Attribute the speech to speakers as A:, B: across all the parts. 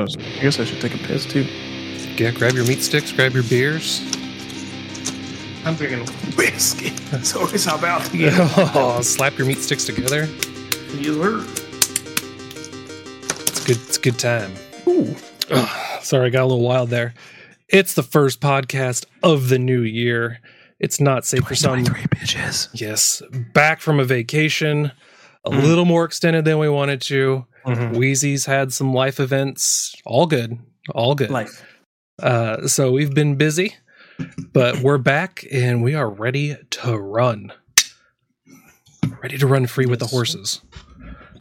A: I guess I should take a piss too.
B: Yeah, grab your meat sticks, grab your beers.
C: I'm drinking whiskey, so it's about to get
B: Oh, slap your meat sticks together.
C: killer.
B: It's good. It's a good time.
A: Ooh.
B: Ugh, sorry, I got a little wild there. It's the first podcast of the new year. It's not safe for some.
A: bitches.
B: Yes, back from a vacation, a
A: Hmm.
B: little more extended than we wanted to. Wheezy's had some life events. All good. All good.
A: Like,
B: Uh, so we've been busy, but we're back and we are ready to run. Ready to run free with the horses.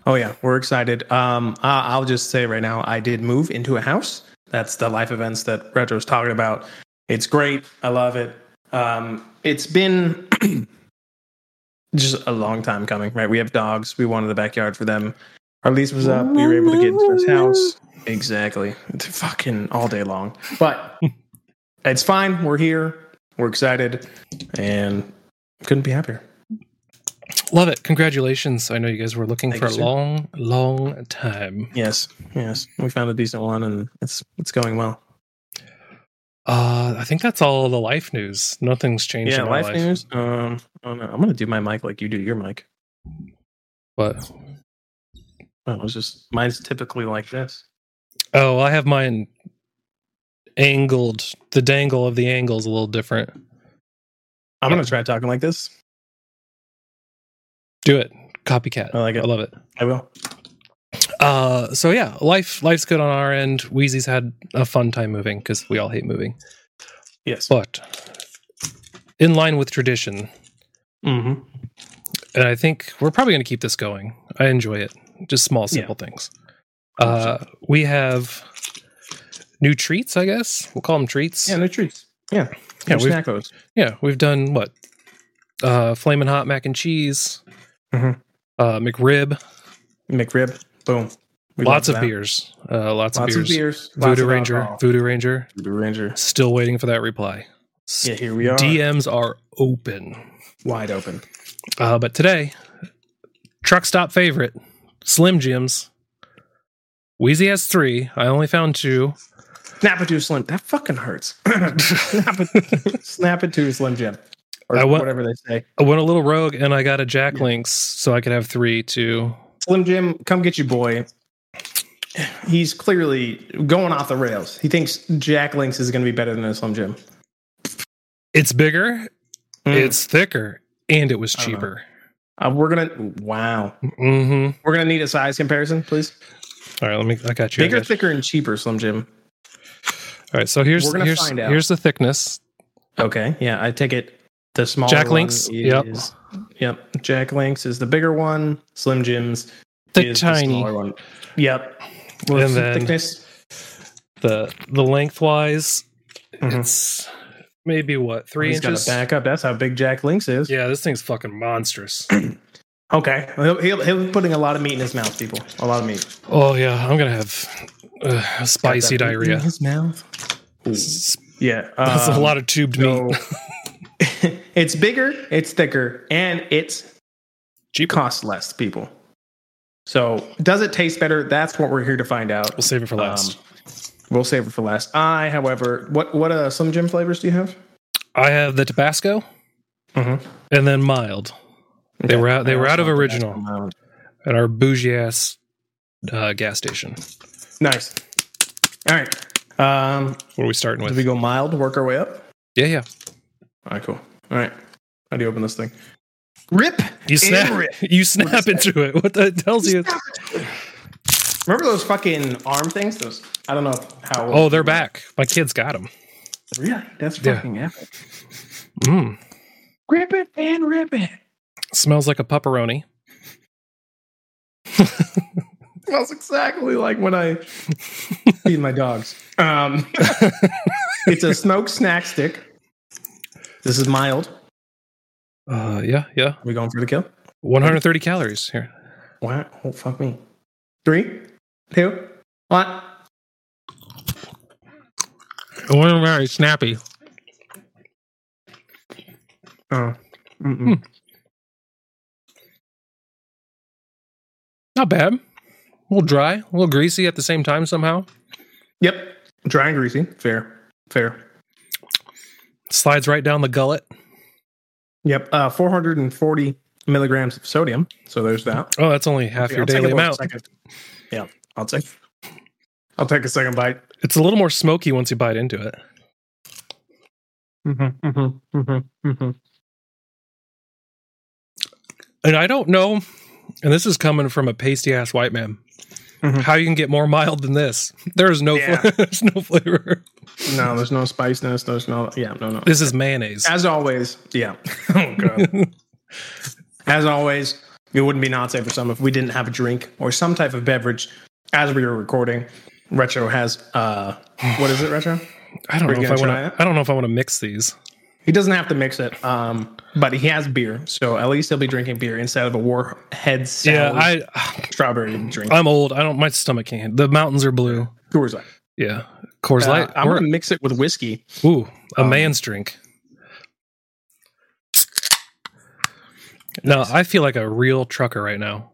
C: Oh yeah, we're excited. Um, I- I'll just say right now, I did move into a house. That's the life events that Retro's talking about. It's great. I love it. Um, it's been just a long time coming, right? We have dogs. We wanted the backyard for them. Our lease was up. We were able to get into this house. Exactly. It's fucking all day long. But it's fine. We're here. We're excited, and couldn't be happier.
B: Love it. Congratulations. I know you guys were looking
C: Thank
B: for
C: you,
B: a
C: sir.
B: long, long time.
C: Yes, yes. We found a decent one, and it's it's going well.
B: Uh, I think that's all the life news. Nothing's changed
C: yeah,
B: in my
C: life,
B: life.
C: news. Um, oh no, I'm gonna do my mic like you do your mic.
B: But
C: Oh, it was just mine's typically like this.
B: oh, I have mine angled. The dangle of the angle is a little different.
C: I'm gonna try talking like this.
B: Do it. Copycat.
C: I like it.
B: I love it.
C: I will.
B: Uh, so yeah, life life's good on our end. Wheezy's had a fun time moving because we all hate moving.
C: Yes.
B: But in line with tradition,
C: Mm-hmm.
B: and I think we're probably going to keep this going. I enjoy it. Just small, simple things. Uh, we have new treats, I guess. We'll call them treats.
C: Yeah, no treats. Yeah,
B: Yeah,
C: yeah.
B: we've-
C: Snack those.
B: Yeah, we've done what? Uh, Flamin' hot mac and cheese,
C: Mhm.
B: uh, McRib,
C: McRib. Boom. We
B: lots
C: love
B: of
C: that.
B: beers, uh, lots,
C: Lots
B: of beers.
C: Lots
B: Voodoo
C: of
B: Ranger,
C: alcohol.
B: Voodoo Ranger.
C: Voodoo Ranger.
B: Still waiting for that reply.
C: Yeah, here we are.
B: DMs are open.
C: Wide open.
B: Uh, but today, truck stop favorite, Slim Jims. Wheezy has three. I only found two.
C: Snap it to a slim. That fucking hurts. snap it. snap it to a slim jim, or
B: I want-
C: whatever they say.
B: I went a little rogue and I got a Jack Links so I could have three too.
C: Slim Jim, come get your boy. He's clearly going off the rails. He thinks Jack Links is going to be better than a Slim Jim.
B: It's bigger,
C: It's
B: it's thicker, and it was
C: Mm. I don't know.
B: cheaper.
C: uh, we're gonna wow.
B: Mm-hmm.
C: We're gonna need a size comparison, please.
B: All right, let me. I got you. I
C: Bigger,
B: got you.
C: thicker, and cheaper. Slim Jim.
B: All right, so here's
C: We're gonna
B: here's
C: find out.
B: here's the thickness.
C: Okay, yeah, I take it. The small
B: Jack Links, yep.
C: yep. Jack Links is the bigger one. Slim Jim's
B: The
C: is the
B: tiny,
C: smaller one. Yep. Well,
B: And then-
C: thickness.
B: the the lengthwise.
C: Mhm.
B: It's maybe what three
C: He's
B: inches.
C: got a back up. That's how big Jack Links is.
B: Yeah, this thing's fucking monstrous.
C: Okay, he'll, he'll, he'll be putting a lot of meat in his mouth, people. A lot of meat.
B: Oh yeah, I'm gonna have uh, spicy diarrhea.
C: his mouth.
B: That's
C: Yeah,
B: a
C: um,
B: lot of tubed meat.
C: so- it's bigger, it's thicker, and it's
B: Cheaper.
C: costs less, people. So, does it taste better? That's what we're here to find out.
B: We'll save it for last.
C: Um, we'll save it for last. I, however, what what uh, Slim Jim flavors do you have?
B: I have the Tabasco
C: Mhm.
B: and then mild. Mm-hmm. They
C: Okay.
B: were out. They
C: I
B: were
C: also
B: out of
C: have um, the
B: original
C: National Mild.
B: at our bougie ass uh, gas station.
C: Nice. All right. Um,
B: What are we starting
C: do
B: with?
C: we go mild? Work our way up.
B: yeah, yeah.
C: All right, cool. All right. How do you open this thing? Rip.
B: You snap.
C: Ew.
B: You snap into it. What that tells you?
C: Remember those fucking arm things? Those I don't know how.
B: Oh, they're back. My kids got them.
C: Really? That's
B: Yeah.
C: fucking epic.
B: Mm.
C: Grip it and rip it.
B: Smells like a pepperoni.
C: Smells exactly like when I feed my dogs. Um, it's a smoked snack stick. This is mild. Are
B: Uh, yeah, yeah.
C: we going for the kill?
B: 130 calories here.
C: What? Oh, fuck me. Three, two, one.
B: Very snappy.
C: Oh.
B: Hmm.
C: Mm-mm.
B: Not bad. A little dry, a little greasy at the same time somehow.
C: Yep. Dry and greasy. Fair. Fair.
B: Slides right down the gullet.
C: Yep. Uh, 440 milligrams of sodium. So there's that.
B: Oh, that's only half
C: Yeah,
B: your
C: I'll take a
B: daily
C: little
B: amount.
C: second. Yeah. I'll take. I'll take a second bite.
B: It's a little more smoky once you bite into it.
C: Mm-hmm, mm-hmm, mm-hmm, mm-hmm.
B: And I don't know, and this is coming from a pasty ass white man,
C: Mhm.
B: how you can get more mild than this. There is no,
C: Yeah.
B: fla- there's no flavor.
C: No, there's no spiciness. There's no. Yeah. No. No.
B: This is mayonnaise.
C: As always. Yeah. oh god. As always, it wouldn't be Nazi for some if we didn't have a drink or some type of beverage as we were recording. Retro has uh, what is it? Retro.
B: I don't
C: Are
B: know
C: you
B: if I
C: gonna try
B: want
C: it?
B: to. I don't know if I want to mix these.
C: He doesn't have to mix it, um, but he has beer, so at least he'll be drinking beer instead of a Warhead
B: Yeah,
C: sour
B: I Uh,
C: strawberry drink.
B: I'm old. I don't. My stomach can't. The mountains are blue.
C: Coors Light.
B: Yeah, Coors
C: Uh,
B: Light.
C: I'm
B: or-
C: gonna mix it with whiskey.
B: ooh, a
C: um,
B: man's drink. No, I feel like a real trucker right now.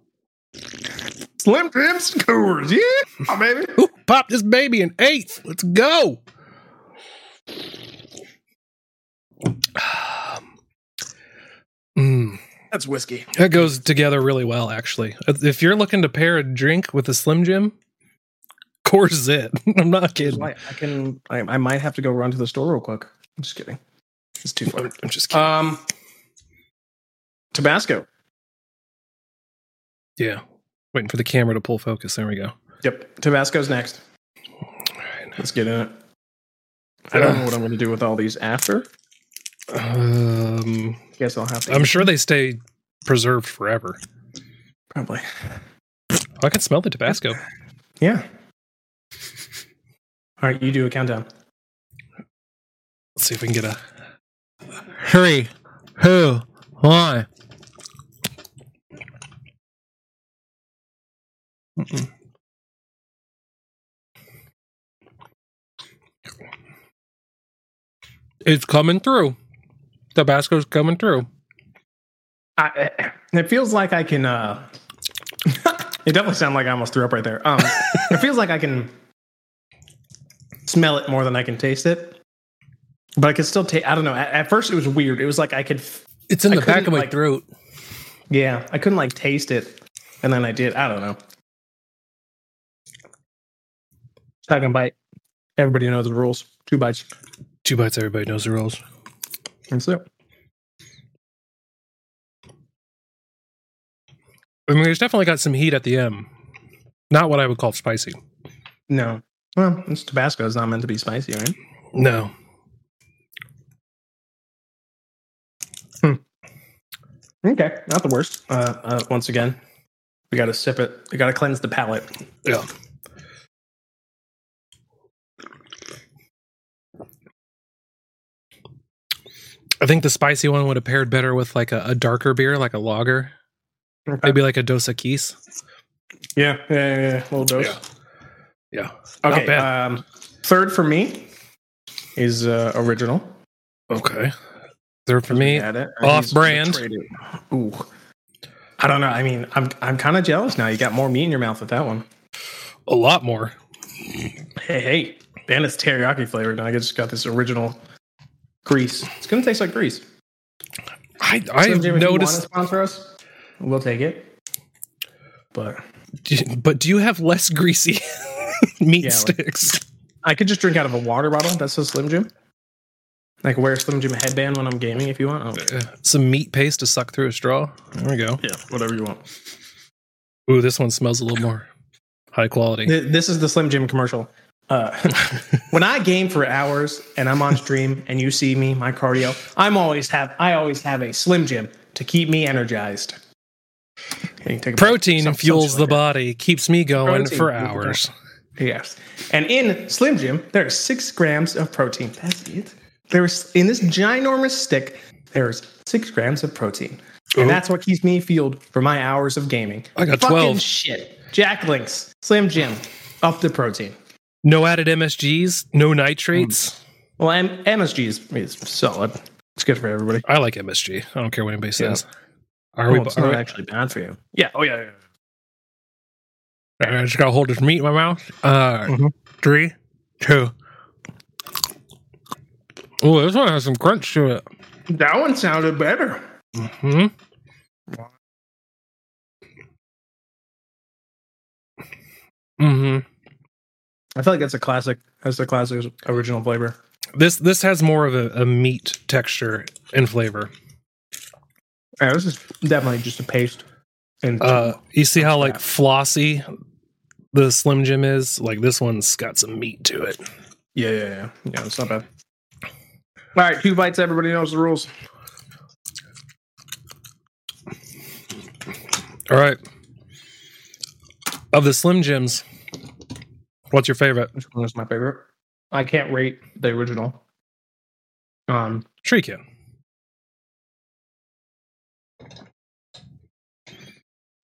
C: Slim Jims Coors, yeah, baby.
B: Ooh, pop this baby an eighth. Let's go. Mm,
C: That's whiskey.
B: that goes together really well, actually. If you're looking to pair a drink with a Slim Jim, Coors is it. I'm not
C: Coors
B: kidding.
C: Light. I can. I, I might have to go run to the store real quick. I'm just kidding. It's too far.
B: I'm just kidding.
C: Um, Tabasco.
B: yeah. Waiting for the camera to pull focus. There we go.
C: Yep, Tabasco's next.
B: All right.
C: Let's get in it. I don't know what I'm gonna do with all these after.
B: Um,
C: Guess I'll have to.
B: I'm sure they stay preserved forever. Oh,
C: probably.
B: I can smell the Tabasco.
C: Yeah. All right, you do a countdown.
B: Let's see if we can get a three, two, one. Mm-mm. It's coming through. Tabasco's coming through.
C: I, eh, it feels like I can. uh It definitely sounded like I almost threw up right there. Um, it feels like I can smell it more than I can taste it, but I can still taste. I don't know. At, at first, it was weird. It was like I could. f-
B: It's in
C: I
B: the back of
C: couldn't,
B: my
C: like-
B: throat.
C: Yeah, I couldn't like taste it, and then I did. I don't know. Second bite. Everybody knows the rules. Two bites.
B: Two bites. Everybody knows the rules.
C: That's it.
B: I mean, it's definitely got some heat at the end. Not what I would call spicy.
C: No. Well, it's Tabasco. It's not meant to be spicy, right?
B: No.
C: Okay, not the worst. Uh, uh, once again, we got to sip it. We got to cleanse the palate.
B: Yeah. I think the spicy one would have paired better with like a, a darker beer, like a lager, maybe like a Dos Equis.
C: Yeah, yeah, yeah, yeah. Little dose.
B: Yeah. Yeah. Not
C: Okay.
B: bad.
C: Um, third for me is uh, original.
B: Okay. Third for me.
C: Had it.
B: off-brand.
C: Traded. Ooh. I don't know. I mean, I'm I'm kind of jealous now. You got more meat in your mouth with that one.
B: A lot more.
C: Hey, hey, and it's teriyaki flavored, and I just got this original grease. It's gonna taste like grease.
B: I, I have
C: Jim, if you want
B: noticed,
C: to sponsor us, we'll take it. But
B: but do you have less greasy meat
C: Yeah, like-
B: sticks?
C: I could just drink out of a water bottle. That's a Slim Jim. Like wear a Slim Jim headband when I'm gaming if you want. Oh,
B: Uh, some meat paste to suck through a straw. There we go.
C: yeah, whatever you want.
B: Ooh, this one smells a little more high quality.
C: Th- This is the Slim Jim commercial. Uh, when I game for hours and I'm on stream and you see me, my cardio, I'm always have I always have a Slim Jim to keep me energized. Okay, take a
B: Protein
C: Some-
B: fuels the
C: something like
B: body, keeps me going
C: Protein fuels
B: for
C: the
B: hours.
C: that. Yes, and in Slim Jim there are six grams of protein. That's it. There's in this ginormous stick. There's six grams of protein, and
B: Ooh.
C: that's what keeps me fueled for my hours of gaming.
B: I got
C: Fucking
B: 12.
C: shit. Jack Links, Slim Jim, up the protein.
B: No added MSGs, no nitrates.
C: Mm. Well, M- MSG is, is solid. It's good for everybody.
B: I like MSG. I don't care what anybody
C: Yeah.
B: says. Are we?
C: Well, it's
B: are
C: not
B: we-
C: actually bad for you. Yeah. Oh yeah. yeah,
B: I just gotta hold this meat in my mouth. Uh,
C: Mhm.
B: Three, True. Oh, this one has some crunch to it.
C: That one sounded better.
B: Hmm. Hmm.
C: I feel like that's a classic. That's the classic original flavor.
B: This this has more of a, a meat texture and flavor.
C: Yeah, this is definitely just a paste. And
B: Uh, you see how like flossy the Slim Jim is? Like this one's got some meat to it.
C: yeah, yeah, yeah, yeah. It's not bad. All right, two bites. Everybody knows the rules.
B: All right. Of the Slim Jims, what's your favorite?
C: Which one is my favorite? I can't rate the original. Um,
B: Tree can.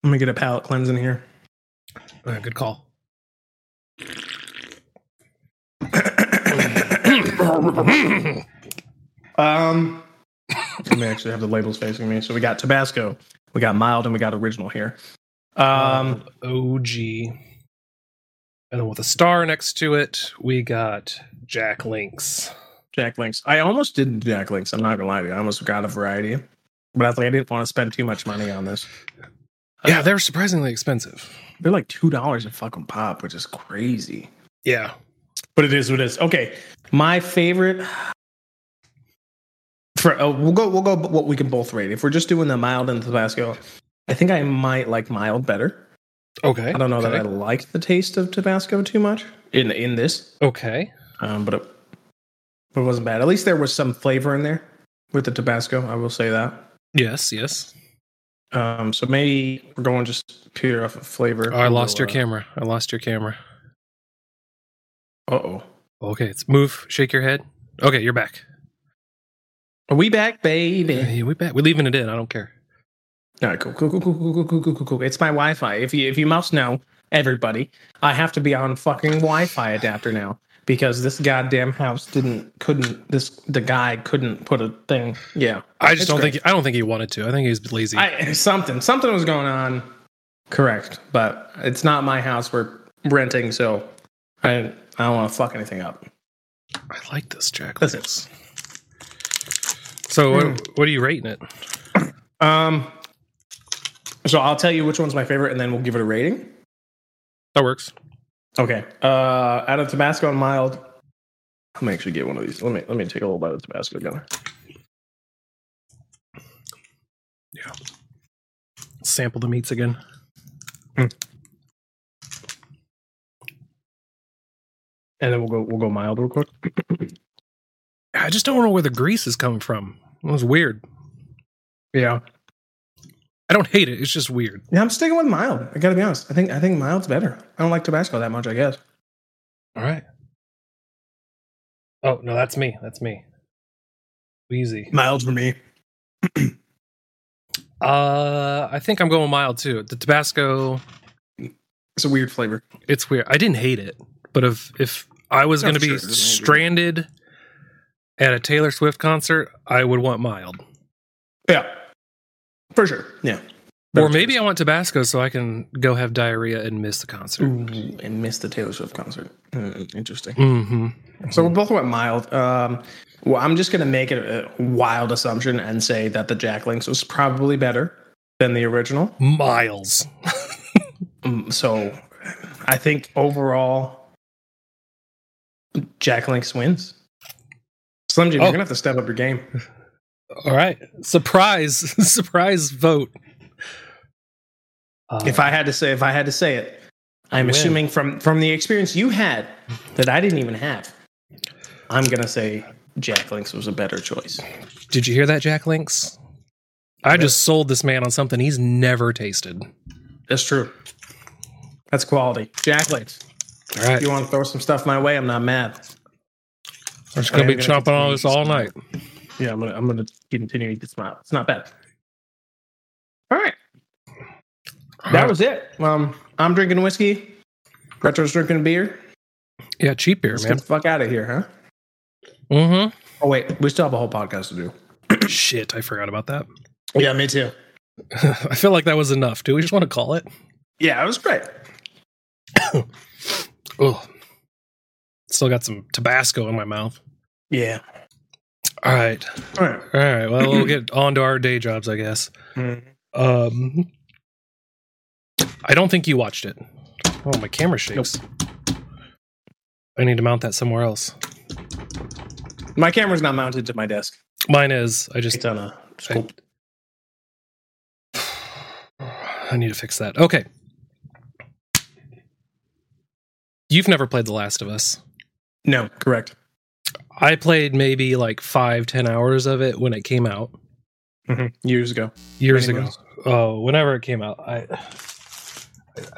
C: let me get a palate cleanse in here.
B: Uh, good call.
C: Um, let me actually have the labels facing me. So we got Tabasco, we got mild, and we got original here. Um,
B: OG. And then with a star next to it, we got Jack Links.
C: Jack Links. I almost did Jack Links. I'm not gonna lie to you. I almost got a variety, but I think I didn't want to spend too much money on this.
B: Yeah, they're surprisingly expensive.
C: They're like two dollars a fucking pop, which is crazy.
B: Yeah.
C: But it is what it is. Okay, my favorite. For uh, we'll go, we'll go. What we can both rate. If we're just doing the mild and Tabasco, I think I might like mild better.
B: Okay.
C: I don't know
B: okay.
C: that I like the taste of Tabasco too much in in this,
B: Okay.
C: um, but it, but it wasn't bad. At least there was some flavor in there with the Tabasco. I will say that.
B: Yes, yes.
C: Um, so maybe we're going just pure off of flavor.
B: Oh, I lost your camera. I lost your camera.
C: Uh oh.
B: Okay, it's move, shake your head. Okay, you're back.
C: Are we back, baby?
B: Hey, we back. We're leaving it in. I don't care.
C: All right, cool, cool, cool, cool, cool, cool, cool, cool, cool, cool. It's my Wi-Fi. If you if you must know, everybody, I have to be on fucking Wi-Fi adapter now because this goddamn house didn't couldn't this the guy couldn't put a thing. Yeah,
B: I just
C: It's
B: don't
C: great.
B: think I don't think he wanted to. I think he was lazy.
C: I something something was going on. Correct, but it's not my house. We're renting, so I I don't want to fuck anything up.
B: I like this Jack
C: That's
B: Links. So what, what are you rating it?
C: Um, so I'll tell you which one's my favorite, and then we'll give it a rating.
B: That works.
C: Okay. Uh, out of Tabasco and mild. Let me actually get one of these. Let me let me take a little bite of Tabasco together.
B: Sample the meats again.
C: And then we'll go we'll go mild real quick.
B: I just don't know where the grease is coming from. It was weird.
C: Yeah.
B: I don't hate it. It's just weird.
C: Yeah, I'm sticking with mild. I gotta be honest. I think I think mild's better. I don't like Tabasco that much, I guess.
B: All right. Oh no, that's me. That's me. Wheezy.
C: Mild for me.
B: Uh, I think I'm going mild too. The Tabasco.
C: It's a weird flavor.
B: It's weird. I didn't hate it, but if if I was
C: Oh,
B: going to
C: sure,
B: be
C: it doesn't matter.
B: stranded at a Taylor Swift concert, I would want mild.
C: Yeah. For sure. Yeah.
B: or maybe I want Tabasco so I can go have diarrhea and miss the concert.
C: Ooh, and missed the Taylor Swift concert. Mm, interesting.
B: Mm-hmm.
C: So we both went mild. Um, well, I'm just going to make it a wild assumption and say that the Jack Links was probably better than the original.
B: Miles.
C: Mm, So I think overall, Jack Links wins. Slim Jim,
B: Oh.
C: you're going to have to step up your game.
B: All right. Surprise. Surprise vote. Uh,
C: If I had to say, if I had to say it, I'm
B: Win.
C: assuming from from the experience you had that I didn't even have, I'm going to say Jack Links was a better choice.
B: Did you hear that, Jack Links? I just sold this man on something he's never tasted.
C: That's true. That's quality. Jack Links.
B: All right.
C: If you want to throw some stuff my way, I'm not mad.
B: I'm just going
C: I
B: to
C: am
B: be
C: gonna
B: chomping
C: continue
B: on this all night.
C: Yeah, I'm gonna I'm gonna continue to eat this smile. It's not bad. All right, that was it. Um, I'm drinking whiskey. Retro's drinking beer.
B: Yeah, cheap beer,
C: Let's
B: man.
C: get the fuck out of here, huh?
B: Mm-hmm.
C: Oh wait, we still have a whole podcast to do.
B: Shit, I forgot about that.
C: Yeah, me too.
B: I feel like that was enough. Do we just want to call it?
C: Yeah, it was great.
B: Oh. still got some Tabasco in my mouth.
C: Yeah.
B: All right.
C: All right.
B: All right. Well, we'll get on to our day jobs, I guess.
C: Mm.
B: Um, I don't think you watched it. Oh, my camera shakes. I need to mount that somewhere else.
C: My camera's not mounted to my desk.
B: Mine is. I just
C: It's uh, on a scope.
B: I need to fix that. Okay. You've never played The Last of Us.
C: No, correct.
B: I played maybe like five, ten hours of it when it came out
C: Mhm. Years ago.
B: years
C: Many
B: ago.
C: moons.
B: Oh, whenever it came out, I, I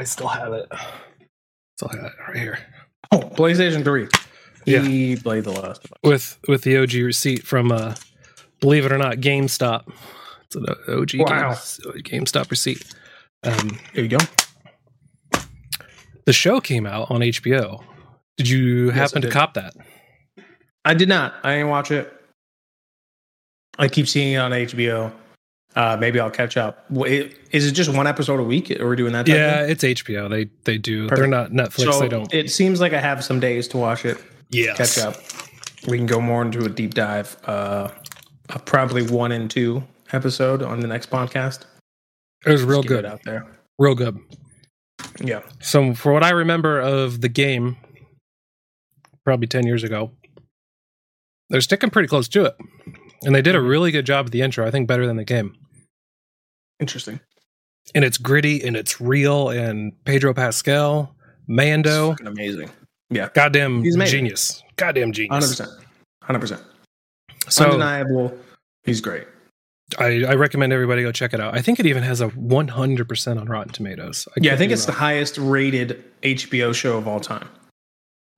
B: I still have it. Still have it right here
C: Oh, PlayStation 3.
B: Yeah.
C: He played The Last of Us.
B: with with the OG receipt from uh, believe it or not, GameStop. It's an OG
C: Wow.
B: Game, GameStop receipt. Um,
C: There you go.
B: the show came out on HBO. Did you
C: Yes, I
B: happen
C: did.
B: to cop that?
C: I did not. I didn't watch it. I keep seeing it on HBO. Uh, maybe I'll catch up. Wh- it- Is it just one episode a week? Or we're doing that? Type
B: Yeah,
C: Thing?
B: it's HBO. They they do. They're
C: Perfect.
B: not Netflix.
C: So
B: they don't.
C: it seems like I have some days to watch it,
B: Yeah.
C: catch up. We can go more into a deep dive uh, of probably one and two episode on the next podcast.
B: It was real
C: Just give it
B: good.
C: out there.
B: Real good.
C: Yeah.
B: So for what I remember of the game, probably ten years ago, they're sticking pretty close to it, and they did
C: Mm-hmm.
B: a really good job at the intro. I think better than the game.
C: Interesting.
B: And it's gritty and it's real. And Pedro Pascal, Mando,
C: Fucking amazing.
B: goddamn
C: He's amazing.
B: genius, goddamn
C: Hundred
B: genius.
C: percent. Hundred percent.
B: So
C: Undeniable. He's great.
B: I, I recommend everybody go check it out. I think it even has a one hundred percent on Rotten Tomatoes.
C: Yeah, I
B: could
C: think
B: be
C: it's the
B: wrong.
C: highest rated HBO show of all time.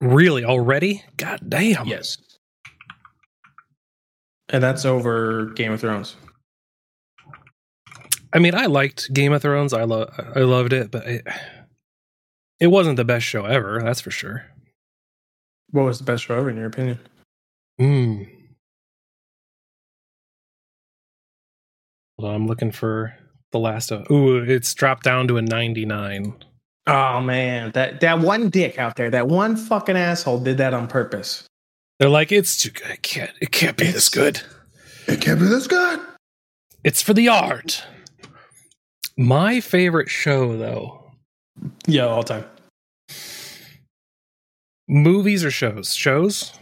B: really already. God damn.
C: Yes. And that's over Game of Thrones.
B: I mean, I liked Game of Thrones. I love, I loved it, but it, it wasn't the best show ever. That's for sure.
C: What was the best show ever in your opinion?
B: Hmm. Hold on, I'm looking for the last of. Ooh, it's dropped down to a 99.
C: Oh man, that that one dick out there, that one fucking asshole did that on purpose.
B: They're like, it's too good. It can't. It can't be this good.
C: It can't be this good.
B: It's for the art. My favorite show, though,
C: Yeah, all time.
B: movies or shows? Shows.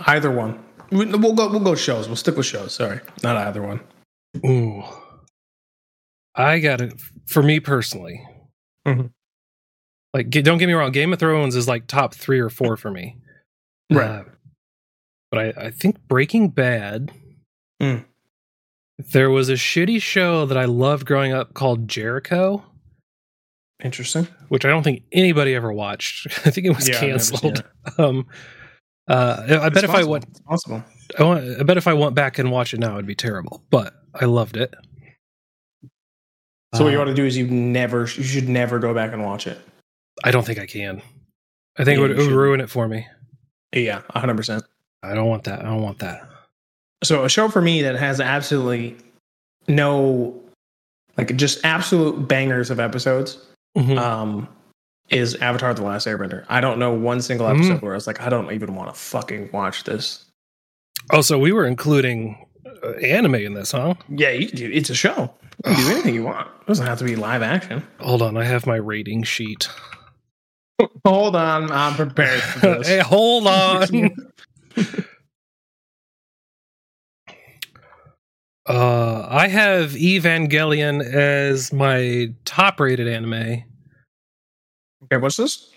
C: Either one. We- We'll go. We'll go shows. We'll stick with shows. Sorry, not either one.
B: Ooh. I got it for me personally.
C: Mhm.
B: Like, g- don't get me wrong, Game of Thrones is like top three or four for me.
C: Right.
B: Uh, but I, I think Breaking Bad.
C: Mm.
B: There was a shitty show that I loved growing up called Jericho,
C: Interesting.
B: which I don't think anybody ever watched. I think it was
C: Yeah, I've never seen
B: canceled.
C: it.
B: Um, uh, I bet
C: It's
B: if I
C: possible.
B: went,
C: It's possible.
B: I, want, I bet if I went back and watched it now, it'd be terrible. But I loved it.
C: So what you
B: Uh,
C: want to do is you never, you should never go back and watch it.
B: I don't think I can. I think
C: Yeah,
B: it
C: you
B: would, it would
C: shouldn't.
B: ruin it for me.
C: Yeah, hundred percent.
B: I don't want that. I don't want that.
C: So a show for me that has absolutely no, like just absolute bangers of episodes,
B: Mhm.
C: um, is Avatar: The Last Airbender. I don't know one single episode where I was like, I don't even want to fucking watch this.
B: oh, so we were including uh, anime in this, huh?
C: Yeah, you, can do- it's a show. You can do anything you want. It doesn't have to be live action.
B: Hold on, I have my rating sheet.
C: Hold on, I'm prepared for
B: hey,
C: this.
B: hold on. uh, I have Evangelion as my top-rated anime.
C: okay, what's this?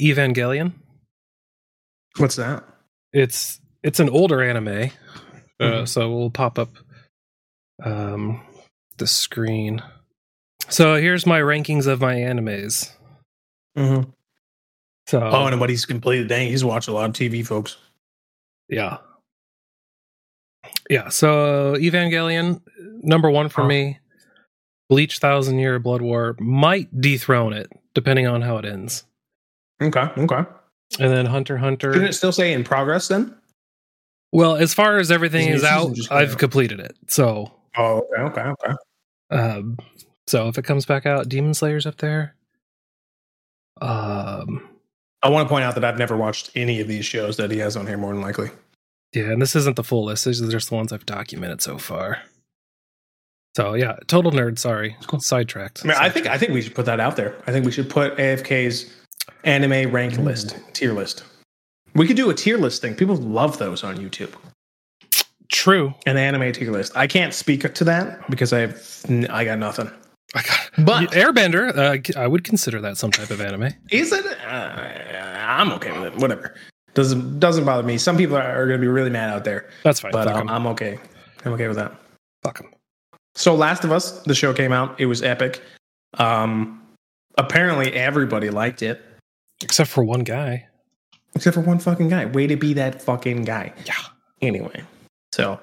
B: Evangelion.
C: What's that?
B: It's it's an older anime,
C: Mm-hmm.
B: uh, so we'll pop up um, the screen. So here's my rankings of my animes.
C: Mm-hmm.
B: So
C: Oh, nobody's completed. Dang, he's watched a lot of TV, folks.
B: Yeah. Yeah. So Evangelion, number one for
C: Oh.
B: me. Bleach Thousand Year Blood War might dethrone it, depending on how it ends.
C: Okay, okay.
B: And then Hunter x
C: Shouldn't
B: Hunter.
C: it still say in progress then?
B: Well, as far as everything
C: Isn't
B: is
C: it-
B: out,
C: just-
B: I've completed it. So,
C: Oh, okay, okay, okay.
B: um, so if it comes back out, Demon Slayer's up there. Um,
C: I want to point out that I've never watched any of these shows that he has on here, more than likely.
B: Yeah, and this isn't the full list. These are just the ones I've documented so far. So yeah, total nerd. Sorry, sidetracked.
C: I mean, I think I think we should put that out there. I think we should put AFK's anime rank list, tier list. We could do a tier list thing. People love those on YouTube.
B: True.
C: An anime tier list. I can't speak to that because I have n- I got nothing.
B: I got
C: But-
B: Airbender. Uh, I would consider that some type of anime.
C: Is it? Uh, I'm okay with it. Whatever. Doesn't doesn't bother me. Some people are, going to be really mad out there,
B: That's fine.
C: but
B: Fuck
C: um,
B: 'em.
C: I'm okay. I'm okay with that.
B: Fuck 'em.
C: So Last of Us, the show came out. It was epic. Um, apparently everybody liked it.
B: Except for one guy.
C: except for one fucking guy. Way to be that fucking guy.
B: Yeah.
C: Anyway, so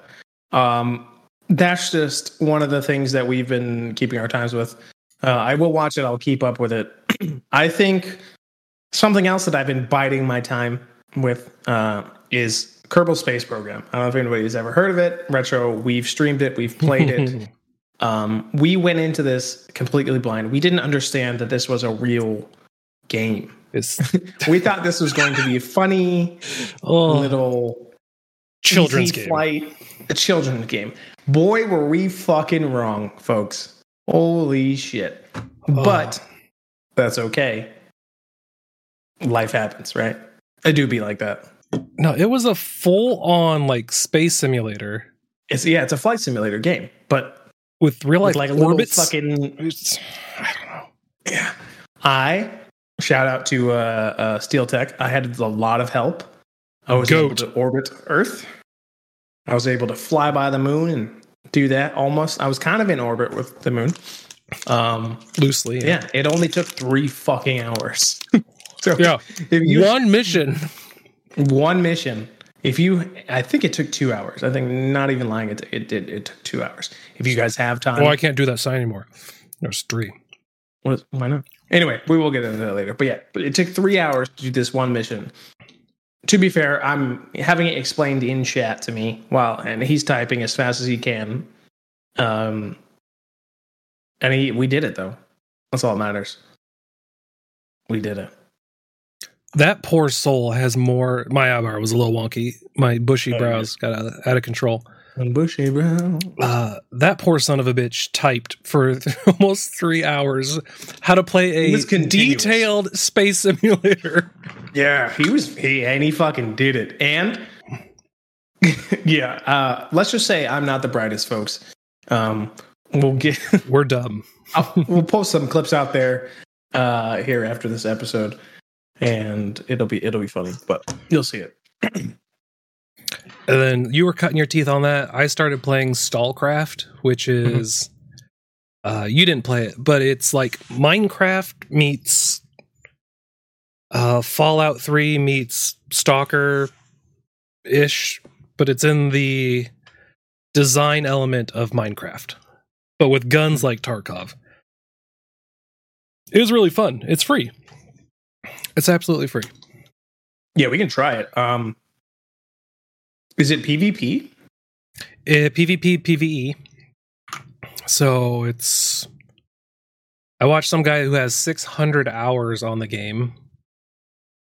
C: um, that's just one of the things that we've been keeping our times with. Uh, I will watch it. I'll keep up with it. I think something else that I've been biding my time with uh, is Kerbal Space Program. I don't know if anybody's ever heard of it. Retro. We've streamed it. We've played it. um, we went into this completely blind. We didn't understand that this was a real game.
B: It's
C: We thought this was going to be funny
B: oh,
C: little
B: children's
C: easy
B: game.
C: flight, a children's game. Boy, were we fucking wrong, folks! Holy shit!
B: Oh.
C: But that's okay. Life happens, right? I do be like that.
B: No, it was a full on like space simulator
C: It's yeah, it's a flight simulator game, but
B: with real
C: like, like
B: life
C: a little
B: orbits.
C: fucking
B: It's- I don't know.
C: yeah. I shout out to uh, uh, Steel Tech. I had a lot of help. I was
B: Goat.
C: able to orbit Earth. I was able to fly by the moon and do that almost. I was kind of in orbit with the moon. Um,
B: Loosely.
C: yeah, it only took three fucking hours. so
B: Yeah.
C: if you
B: One mission.
C: one mission. If you, I think it took two hours. I think not even lying, it it did. It took two hours. If you guys have time,
B: Oh, I can't do that sign anymore. There's three.
C: What, why not? Anyway, we will get into that later. But yeah, but it took three hours to do this one mission. To be fair, I'm having it explained in chat to me while, and he's typing as fast as he can. Um, and he, we did it though. That's all that matters. We did it.
B: That poor soul has more. My eyebrow was a little wonky. My bushy
C: Oh,
B: brows got out of, out of control.
C: Bushy brown.
B: Uh, that poor son of a bitch typed for almost three hours how to
C: It
B: play a
C: was continuous.
B: detailed space simulator.
C: Yeah, he was he and he fucking did it. And yeah, uh, let's just say I'm not the brightest, folks. Um, we'll get
B: We're dumb.
C: I'll, we'll post some clips out there uh, here after this episode, and it'll be it'll be funny, but you'll see it.
B: And then you were cutting your teeth on that. I started playing Stallcraft, which is uh you didn't play it, but it's like Minecraft meets uh Fallout 3 meets Stalker ish, but it's in the design element of Minecraft. But with guns like Tarkov. It was really fun. It's free. It's absolutely free.
C: Yeah, we can try it. Um, is it PvP?
B: Uh, PvP, PvE. E. So it's. I watched some guy who has 600 hours on the game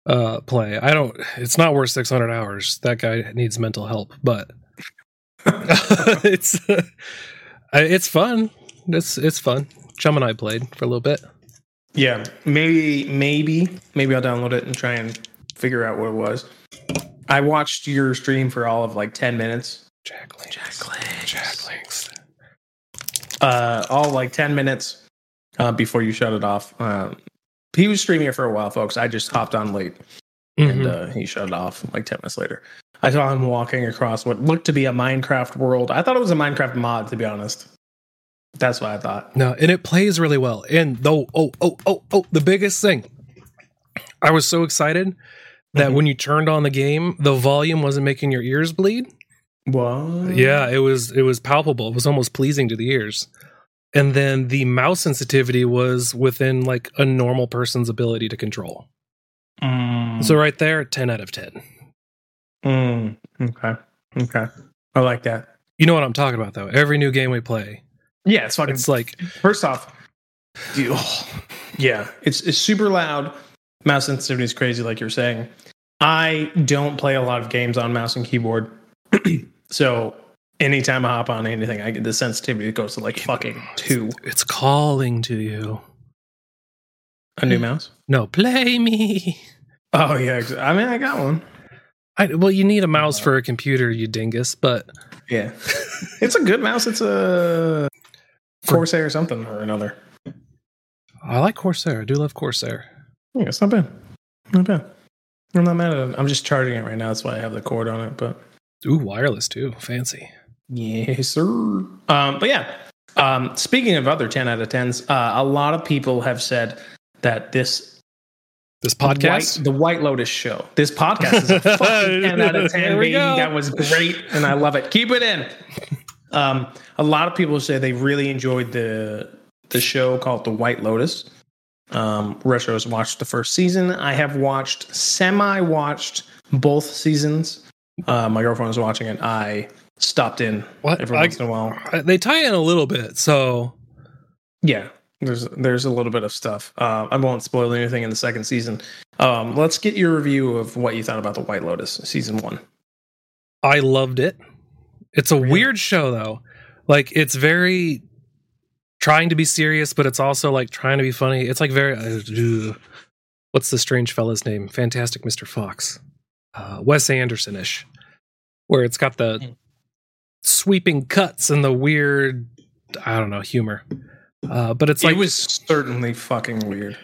B: uh play. I don't it's not worth 600 hours. That guy needs mental help, but it's uh, it's fun. It's it's fun. Chum and I played for a little bit.
C: Yeah, maybe maybe maybe I'll download it and try and figure out what it was. I watched your stream for all of like ten minutes.
B: Jack Links. Jack Links.
C: uh, all like 10 minutes uh, before you shut it off. Uh, he was streaming it for a while, folks. I just hopped on late and
B: Mhm.
C: uh, he shut it off like 10 minutes later. I saw him walking across what looked to be a Minecraft world. I thought it was a Minecraft mod, to be honest. That's what I thought.
B: No, and it plays really well. And though, oh, oh, oh, oh, the biggest thing, I was so excited that
C: Mhm.
B: when you turned on the game, the volume wasn't making your ears bleed.
C: What?
B: Yeah, it was it was palpable. It was almost pleasing to the ears. And then the mouse sensitivity was within like a normal person's ability to control.
C: Mm.
B: So right there, ten out of ten.
C: Mm. Okay. Okay. I like that.
B: You know what I'm talking about though. Every new game we play,
C: Yeah, it's fucking
B: it's like
C: First off, you- oh, yeah, it's it's super loud. mouse sensitivity is crazy, like you're saying. I don't play a lot of games on mouse and keyboard, so anytime I hop on anything, I get the sensitivity goes to like fucking two.
B: It's calling to you.
C: A new mouse?
B: No, play me.
C: Hmm. Oh yeah, ex- I mean I got one.
B: I, well, you need a mouse for a computer, you dingus. But
C: Yeah, it's a good mouse. It's a
B: For-
C: Corsair or something or another.
B: I like Corsair. I do love Corsair.
C: Yeah, it's not bad. Not bad. I'm not mad at it. I'm just charging it right now. That's why I have the cord on it. But
B: Ooh, wireless too. Fancy.
C: Yes, sir. Um, but yeah, um, speaking of other 10 out of 10s, uh, a lot of people have said that this
B: This podcast.
C: White, the White Lotus show, this podcast is a fucking 10 out of 10,
B: There we
C: baby.
B: go.
C: That was great, and I love it. Keep it in. Um, a lot of people say they really enjoyed the the show called The White Lotus. Um, Retro's watched the first season. I have watched, semi watched both seasons. Uh, my girlfriend was watching it. I stopped in
B: What?
C: every
B: I-
C: once in a while.
B: they tie in a little bit, so
C: Yeah, there's there's a little bit of stuff. Uh, I won't spoil anything in the second season. Um, let's get your review of what you thought about the White Lotus season one.
B: I loved it. It's a
C: Really?
B: weird show though. Like it's very trying to be serious, but it's also like trying to be funny. It's like very uh, ugh. what's the strange fella's name? Fantastic Mr. Fox, uh, Wes Anderson ish, where it's got the
C: Mm.
B: sweeping cuts and the weird, I don't know, humor. Uh, but it's like
C: it was certainly fucking weird.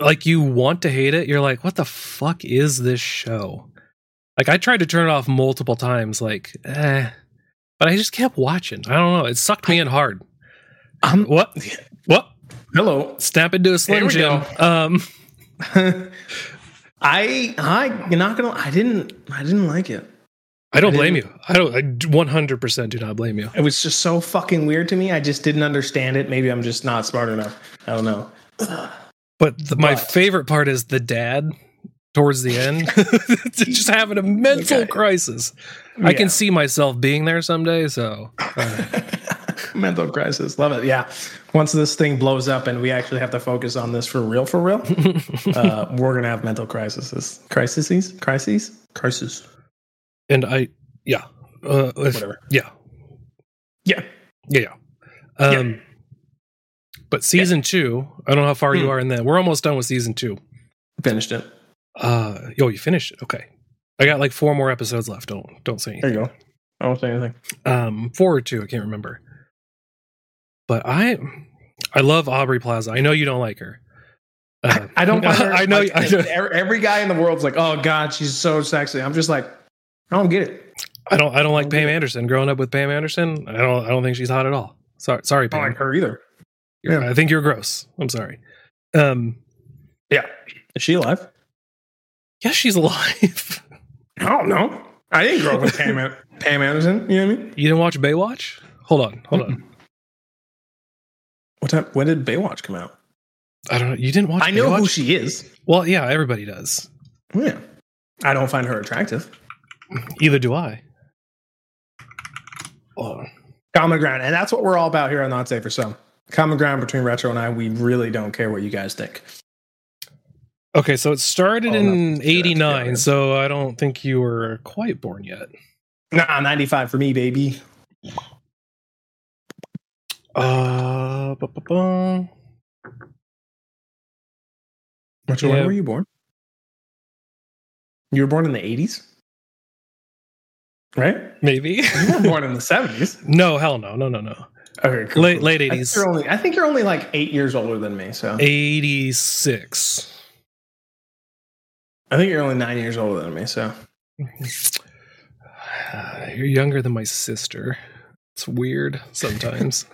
B: like you want to hate it. You're like, what the fuck is this show? Like I tried to turn it off multiple times, like, eh, but I just kept watching. I don't know. It sucked me in hard.
C: Um,
B: What? What?
C: Hello,
B: Snap into
C: There
B: a slim
C: we
B: jim. Um,
C: I I you're not gonna. I didn't. I didn't like it.
B: I don't
C: I
B: blame you. I don't. I 100 percent do not blame you.
C: It was just so fucking weird to me. I just didn't understand it. Maybe I'm just not smart enough. I don't know.
B: But the, my
C: But-
B: favorite part is the dad towards the end, just having a mental
C: Okay.
B: crisis. I
C: Yeah.
B: can see myself being there someday. So
C: Mental crisis. Love it. Yeah. Once this thing blows up and we actually have to focus on this for real, for real, uh, we're gonna have mental crises, crises, crises, crises,
B: and I, yeah, uh, if-
C: whatever.
B: yeah,
C: Yeah.
B: Yeah. yeah. Um, But season two, I don't know how far
C: Hmm.
B: you are in that. We're almost done with season two.
C: Finished it.
B: Uh, yo, you finished it. Okay. I got like four more episodes left. Don't don't say
C: There
B: anything.
C: you go. I won't say anything.
B: Um, four or two, I can't remember. But I, I love Aubrey Plaza. I know you don't like her. Uh,
C: I don't. find her-
B: I know.
C: like,
B: I know.
C: ev- Every guy in the world's like, "Oh God, she's so sexy." I'm just like, I don't get it.
B: I don't. I don't like
C: Don't
B: Pam
C: get it.
B: Anderson. Growing up with Pam Anderson, I don't. I don't think she's hot at all. Sorry, sorry,
C: I don't
B: Pam.
C: like her either.
B: You're- I think you're gross. I'm sorry. Um,
C: Yeah. Is she alive?
B: yes, she's alive.
C: I don't know. I didn't grow up with Pam, An- Pam Anderson. You know what I mean?
B: You didn't watch Baywatch? Hold on, hold on.
C: What time? When did Baywatch come out?
B: I don't know. You didn't watch.
C: I know who
B: Baywatch?
C: she is.
B: Well, yeah, everybody does.
C: Yeah. I don't find her attractive.
B: Either do I. Oh,
C: Common ground. And that's what we're all about here on Not Safe for Some. Common ground between Retro and I. We really don't care what you guys think.
B: okay. So it started
C: Oh,
B: in
C: that's-
B: '89.
C: yeah.
B: So I don't think you were quite born yet.
C: Nah, 95 for me, baby.
B: Uh, bu- bu- bu-
C: Retro, when
B: Yeah.
C: were you born? You were born in the 80s? Right?
B: maybe.
C: You were born in the 70s.
B: no, hell no, no, no, no.
C: Okay,
B: Late late
C: I think,
B: '80s,
C: you're only, I think you're only like eight years older than me. So
B: '86.
C: I think you're only nine years older than me. So
B: You're younger than my sister. It's weird sometimes.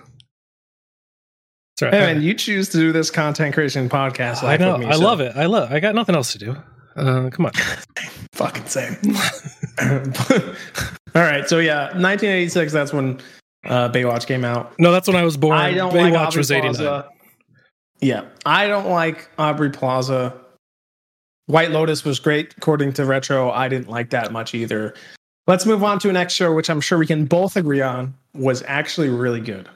B: That's
C: hey, man, you choose to do this content creation podcast.
B: I know. I love it. I love. I got nothing else to do. Uh, come on.
C: Fucking same. All right. So yeah, 1986. That's when uh, Baywatch came out.
B: No, that's when I was born.
C: I don't
B: Baywatch
C: like Aubrey
B: was eighty nine.
C: Plaza. Yeah, I don't like Aubrey Plaza. White Lotus was great, according to Retro. I didn't like that much either. Let's move on to an next show, which I'm sure we can both agree on was actually really good.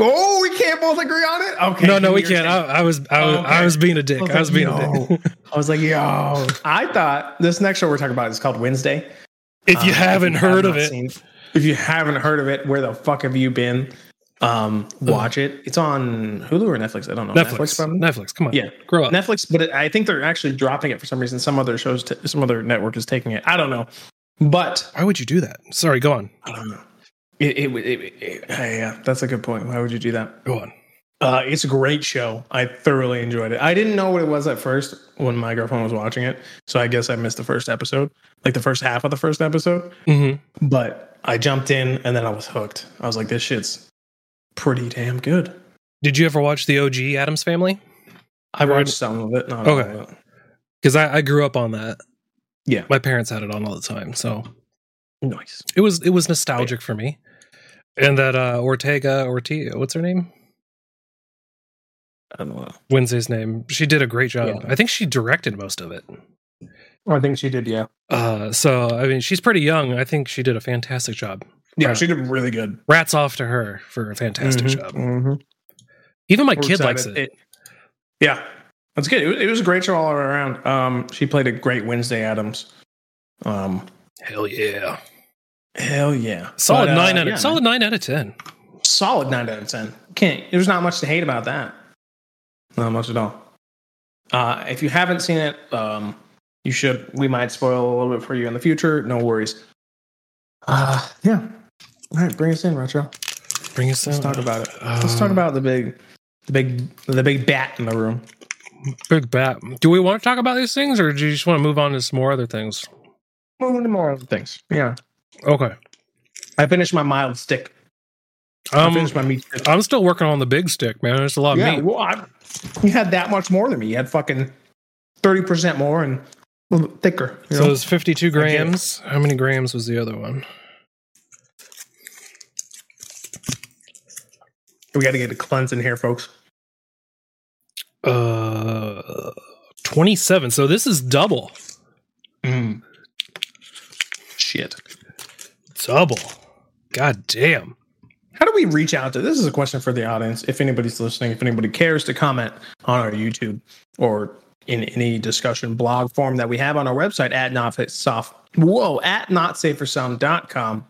C: Oh, we can't both agree on it. Okay.
B: no, no,
C: give
B: we
C: me your
B: can't. Oh,
C: take.
B: I, I was, I was,
C: Okay.
B: I was being a dick. I was being a dick.
C: yo. I was like, yo. I thought this next show we're talking about is called Wednesday.
B: If you
C: Um,
B: haven't
C: if you have
B: heard of
C: not
B: it,
C: seen- if you haven't heard of it, where the fuck have you been? Um, watch it. It's on Hulu or Netflix. I don't know.
B: Netflix,
C: probably?
B: Netflix, come on,
C: Yeah.
B: grow up.
C: Netflix, but it, I think they're actually dropping it for some reason. Some other shows, t- some other network is taking it. I don't know, but
B: Why would you do that? Sorry, go on,
C: I don't know. It, it, it, it, it- yeah, that's a good point. Why would you do that?
B: go on.
C: Uh, it's a great show. I thoroughly enjoyed it. I didn't know what it was at first when my girlfriend was watching it, so I guess I missed the first episode, like the first half of the first episode.
B: hmm
C: But I jumped in and then I was hooked. I was like, this shit's pretty damn good.
B: Did you ever watch the OG Adams Family?
C: I
B: Right.
C: watched some of it. Not all
B: Okay.
C: of it.
B: Because I, I grew up on that.
C: Yeah.
B: my parents had it on all the time, so
C: Nice.
B: it was it was nostalgic for me. And that uh Ortega Ortega, what's her name?
C: I don't know.
B: Wednesday's name. She did a great job.
C: Yeah.
B: I think she directed most of it.
C: I think she did. Yeah.
B: Uh, so I mean, she's pretty young. I think she did a fantastic job.
C: Yeah,
B: Right.
C: she did really good.
B: Rats off to her for a fantastic
C: Mhm,
B: job.
C: mhm.
B: Even my
C: We're
B: Mm-hmm. kid likes
C: excited.
B: it.
C: Yeah, that's good. It was, it was a great show all around. Um, she played a great Wednesday Adams. Um,
B: Hell yeah!
C: hell yeah,
B: Solid
C: But, uh,
B: nine out of
C: yeah,
B: solid nine out of ten.
C: man, solid nine out of ten. Can't. There's not much to hate about that. Not much at all. Uh, if you haven't seen it, um, you should. We might spoil a little bit for you in the future. No worries. Uh, yeah. All right, bring us in, Retro.
B: Bring us
C: Let's
B: down.
C: talk about it. Let's talk
B: Uh,
C: about the big, the big, the big bat in the room.
B: Big Bat. Do we want to talk about these things, or do you just want to move on to some more other things?
C: Moving to more other things. Yeah.
B: Okay.
C: I finished my mild stick. I
B: Um,
C: finished my meat stick.
B: I'm still working on the big stick, man. There's a lot of
C: yeah,
B: meat.
C: well, I, you had that much more than me. You had fucking thirty percent more and a little bit thicker. You
B: So
C: know?
B: it's 52
C: get it.
B: grams. How many grams was the other one?
C: we got to get a cleanse in here, folks.
B: Uh, 27. So this is double. Mm.
C: Shit.
B: Double. God damn.
C: How do we reach out to? This is a question for the audience. If anybody's listening, if anybody cares to comment on our YouTube or in any discussion blog form that we have on our website at not soft whoa at notsafersound.com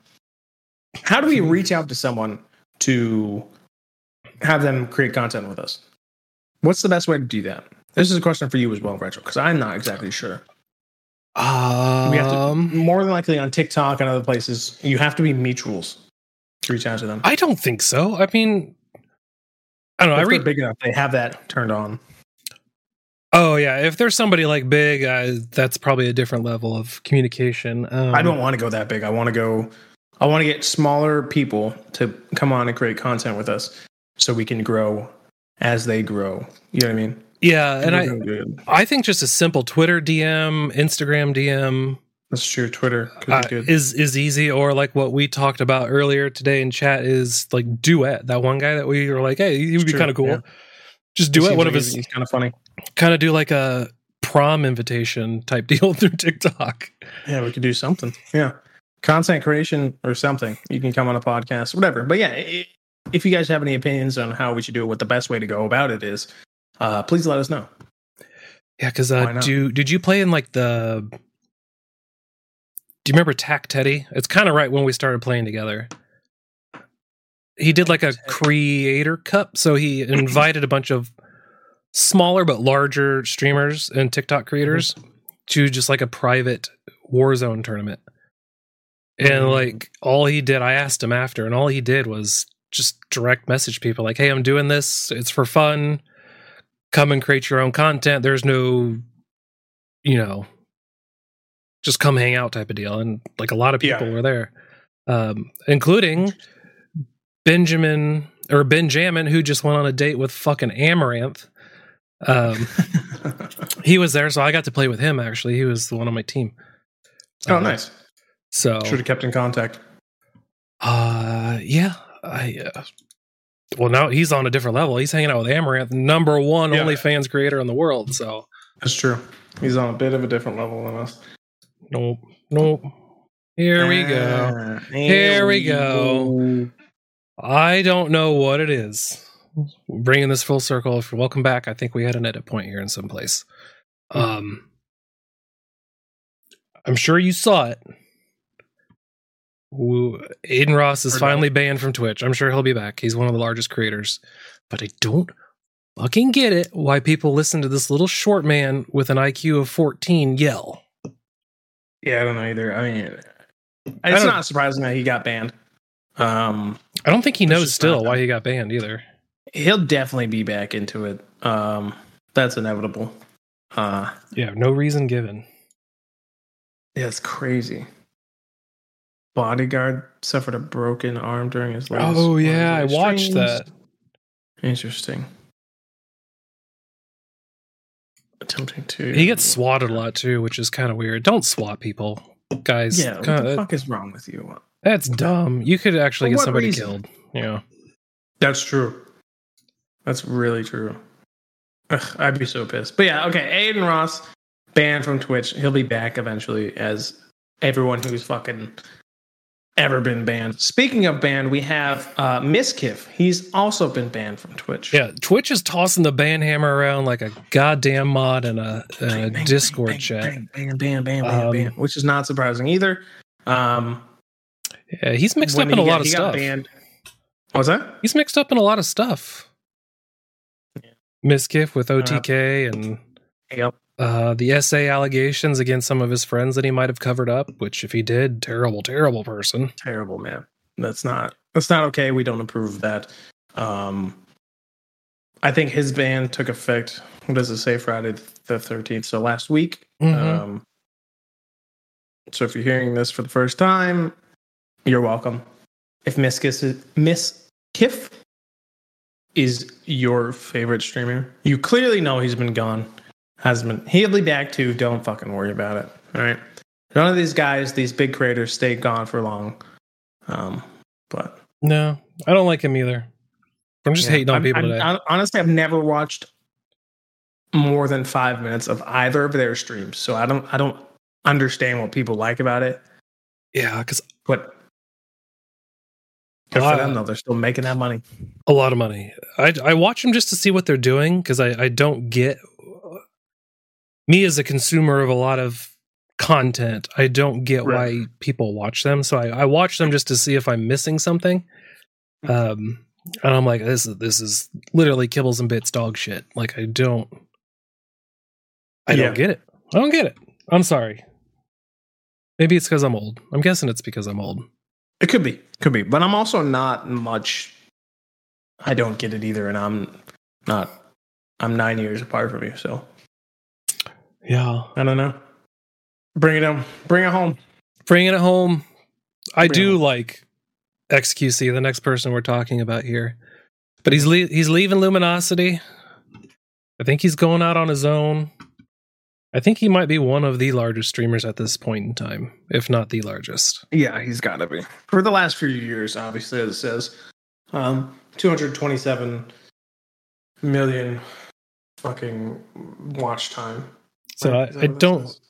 C: how do we reach out to someone to have them create content with us what's the best way to do that this is a question for you as well rachel because i'm not exactly sure
B: Um,
C: we have to more than likely on tiktok and other places you have to be mutuals to reach out to them
B: I don't think so. I mean, I don't know. I
C: if they're
B: read.
C: big enough, they have that turned on.
B: Oh yeah, if there's somebody like big, uh, that's probably a different level of communication. Um,
C: I don't want to go that big. I want to go. I want to get smaller people to come on and create content with us, so we can grow as they grow. You know what I mean?
B: Yeah, and I,
C: I
B: I think just a simple Twitter DM, Instagram DM
C: that's true. Twitter could be
B: uh,
C: good.
B: is is easy. Or like what we talked about earlier today in chat is like duet. That one guy that we were like, hey, he would be
C: True,
B: kind of cool.
C: yeah.
B: Just
C: It
B: duet
C: seems
B: one
C: like
B: of his,
C: He's kind of funny.
B: kind of do like a prom invitation type deal through TikTok.
C: Yeah, we could do something. Yeah, content creation or something. You can come on a podcast, whatever. But yeah, i if you guys have any opinions on how we should do it, what the best way to go about it is, uh, please let us know.
B: Yeah, because
C: Why
B: uh,
C: not?
B: do did you play in like the? Do you remember Tack Teddy? It's kind of right when we started playing together. He did like a creator cup, so he invited a bunch of smaller but larger streamers and
C: Mm-hmm.
B: TikTok creators to just like a private Warzone tournament. And
C: Mhm.
B: like all he did, I asked him after, and all he did was just direct message people like, "Hey, I'm doing this. It's for fun. Come and create your own content. There's no, you know, just come hang out type of deal." And like a lot of people
C: Yeah.
B: were there, um, including Benjamin or Benjamin, who just went on a date with fucking Amaranth. Um,
C: Oh,
B: he was there, so I got to play with him. Actually, he was the one on my team.
C: oh,
B: Uh,
C: nice.
B: So
C: Should have kept in contact.
B: uh, yeah, I. Uh, well, now he's on a different level. He's hanging out with Amaranth, number one
C: Yeah.
B: OnlyFans creator in the world. So
C: That's true. He's on a bit of a different level than us.
B: nope, nope. Here we go.
C: Ah,
B: Here we go. I don't know what it is. We're bringing this full circle. If you're welcome back, I think we had an edit point here in some place. Um, I'm sure you saw it. Woo- Aiden Ross is
C: Or
B: finally banned from Twitch. I'm sure he'll be back. He's one of the largest creators. But I don't fucking get it why people listen to this little short man with an IQ of 14 yell.
C: Yeah, I don't know either. I mean,
B: I
C: it's
B: don't-
C: not surprising that he got banned. Um,
B: I don't think he
C: That's
B: knows
C: just
B: still
C: not-
B: why he got banned either.
C: he'll definitely be back into it. Um, that's inevitable. Uh,
B: Yeah, no reason given.
C: yeah, it's crazy. Bodyguard suffered a broken arm during his last.
B: Oh
C: one of
B: yeah, I
C: his
B: watched
C: streams.
B: that.
C: Interesting. Attempting to.
B: He gets swatted a lot too, which is kind of weird. Don't swat people, guys.
C: Yeah, what
B: Kinda-
C: the fuck is wrong with you?
B: that's dumb. You could actually
C: For
B: get
C: what
B: somebody
C: reason?
B: killed. Yeah,
C: That's true. That's really true. Ugh, I'd be so pissed. But yeah, okay. Aiden Ross banned from Twitch. He'll be back eventually, as everyone who's fucking ever been banned. Speaking of banned, we have uh, Miskiff. He's also been banned from Twitch.
B: yeah. Twitch is tossing the ban hammer around like a goddamn mod in a, in
C: Bang,
B: a
C: bang,
B: uh, Discord
C: bang,
B: chat.
C: Bang, bang, bang, bang, bang,
B: Um,
C: bang, which is not surprising either. Um,
B: Yeah, he's mixed
C: when
B: up in a
C: he got-
B: lot of
C: he got
B: stuff.
C: banned- What was that?
B: He's mixed up in a lot of stuff. Miskiff
C: Uh-huh.
B: with OTK and
C: Yep.
B: uh, the SA allegations against some of his friends that he might have covered up. Which, if he did, terrible, terrible person.
C: terrible man that's not that's not okay we don't approve of that um i think his ban took effect what does it say friday the 13th so last week
B: Mhm.
C: um so if you're hearing this for the first time you're welcome if miss kiss is, miss kiff is your favorite streamer you clearly know he's been gone has been he'll be back too don't fucking worry about it all right none of these guys these big creators stay gone for long um, but
B: No, I don't like him either. I'm just
C: yeah.
B: hating on
C: I'm-
B: people
C: I'm-
B: today.
C: hon- honestly, I've never watched more than five minutes of either of their streams, so I don't I don't understand what people like about it.
B: yeah, because
C: But good
B: Well, I-
C: for them though; they're still making that money.
B: a lot of money. I I watch them just to see what they're doing because I I don't get uh, me as a consumer of a lot of content. I don't get
C: Right.
B: why people watch them, so I I watch them just to see if I'm missing something.
C: Mm-hmm.
B: Um, and I'm like, this is this is literally kibbles and bits dog shit. Like I don't, I
C: Yeah.
B: don't get it. I don't get it. I'm sorry. Maybe it's because I'm old. I'm guessing it's because I'm old.
C: It could be, could be, but I'm also not much. I don't get it either, and I'm not. I'm nine years apart from you, so
B: Yeah.
C: I don't know. Bring it home. Bring it home.
B: bringing it home i
C: Bring it
B: do
C: home.
B: like xqc the next person we're talking about here but he's le- he's leaving luminosity i think he's going out on his own i think he might be one of the largest streamers at this point in time if not the largest
C: Yeah, he's got to be. For the last few years, obviously, as it says, um, 227 million fucking watch time.
B: so
C: Right? Is
B: I,
C: that
B: I
C: what it
B: don't
C: says?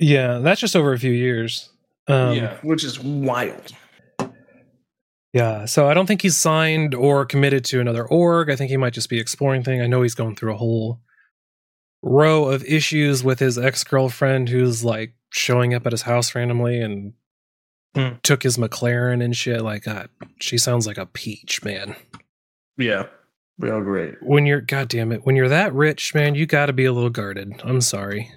B: yeah that's just over a few years um
C: yeah, which is wild.
B: Yeah, so I don't think he's signed or committed to another org. I think he might just be exploring thing. I know he's going through a whole row of issues with his ex-girlfriend who's like showing up at his house randomly and
C: Hmm.
B: took his McLaren and shit like that. She sounds like a peach, man.
C: Yeah, real great.
B: When you're goddamn it, when you're that rich, man, you got to be a little guarded. I'm sorry.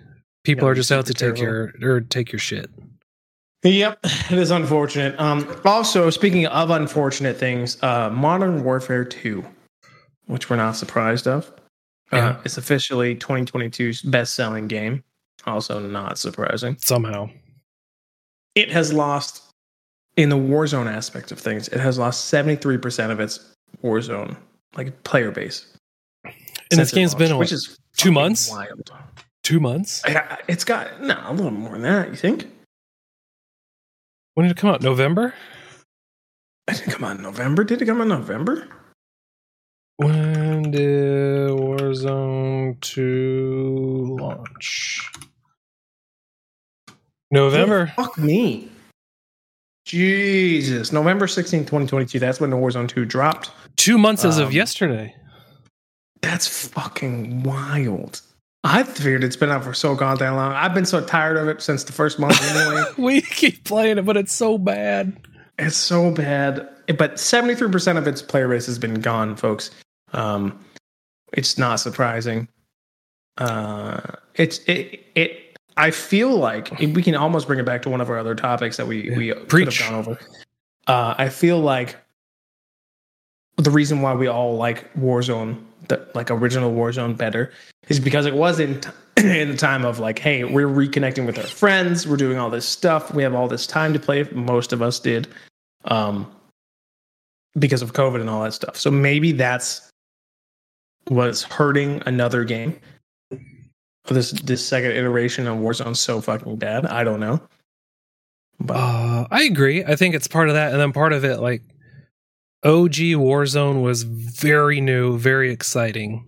B: People
C: Yeah,
B: are just out to
C: super
B: take your or take your shit.
C: Yep, it is unfortunate. Um, also, speaking of unfortunate things, uh, Modern Warfare 2, which we're not surprised of,
B: Yeah.
C: uh, is officially 2022's best selling game. Also, not surprising.
B: Somehow.
C: it has lost in the warzone aspect of things it has lost 73% of its warzone like player base
B: And
C: since
B: this
C: it
B: game's been
C: launched,
B: what,
C: which is
B: two
C: fucking
B: months?
C: wild
B: 2 months?
C: I- I- it's got no a little more than that you think
B: When did it come out? November?
C: it didn't come out in november did it come out in november
B: When did Warzone 2 launch? November.
C: fuck me Jesus, November 16, 2022. That's when the Warzone 2 dropped.
B: Two months as of
C: Um,
B: yesterday.
C: That's fucking wild. I figured it's been out for so goddamn long. I've been so tired of it since the first month anyway.
B: We keep playing it, but it's so bad.
C: It's so bad. But 73% of its player base has been gone, folks. Um, it's not surprising. Uh, it's it it. I feel like we can almost bring it back to one of our other topics that we we could
B: Preach.
C: have gone over. Uh, I feel like the reason why we all like Warzone, the like original Warzone, better is because it wasn't in the time of like, hey, we're reconnecting with our friends, we're doing all this stuff, we have all this time to play. Most of us did, um, because of COVID and all that stuff. So maybe that's what's hurting another game. This this second iteration of Warzone's so fucking bad. I don't know. But
B: Uh, I agree. I think it's part of that, and then part of it, like OG Warzone, was very new, very exciting.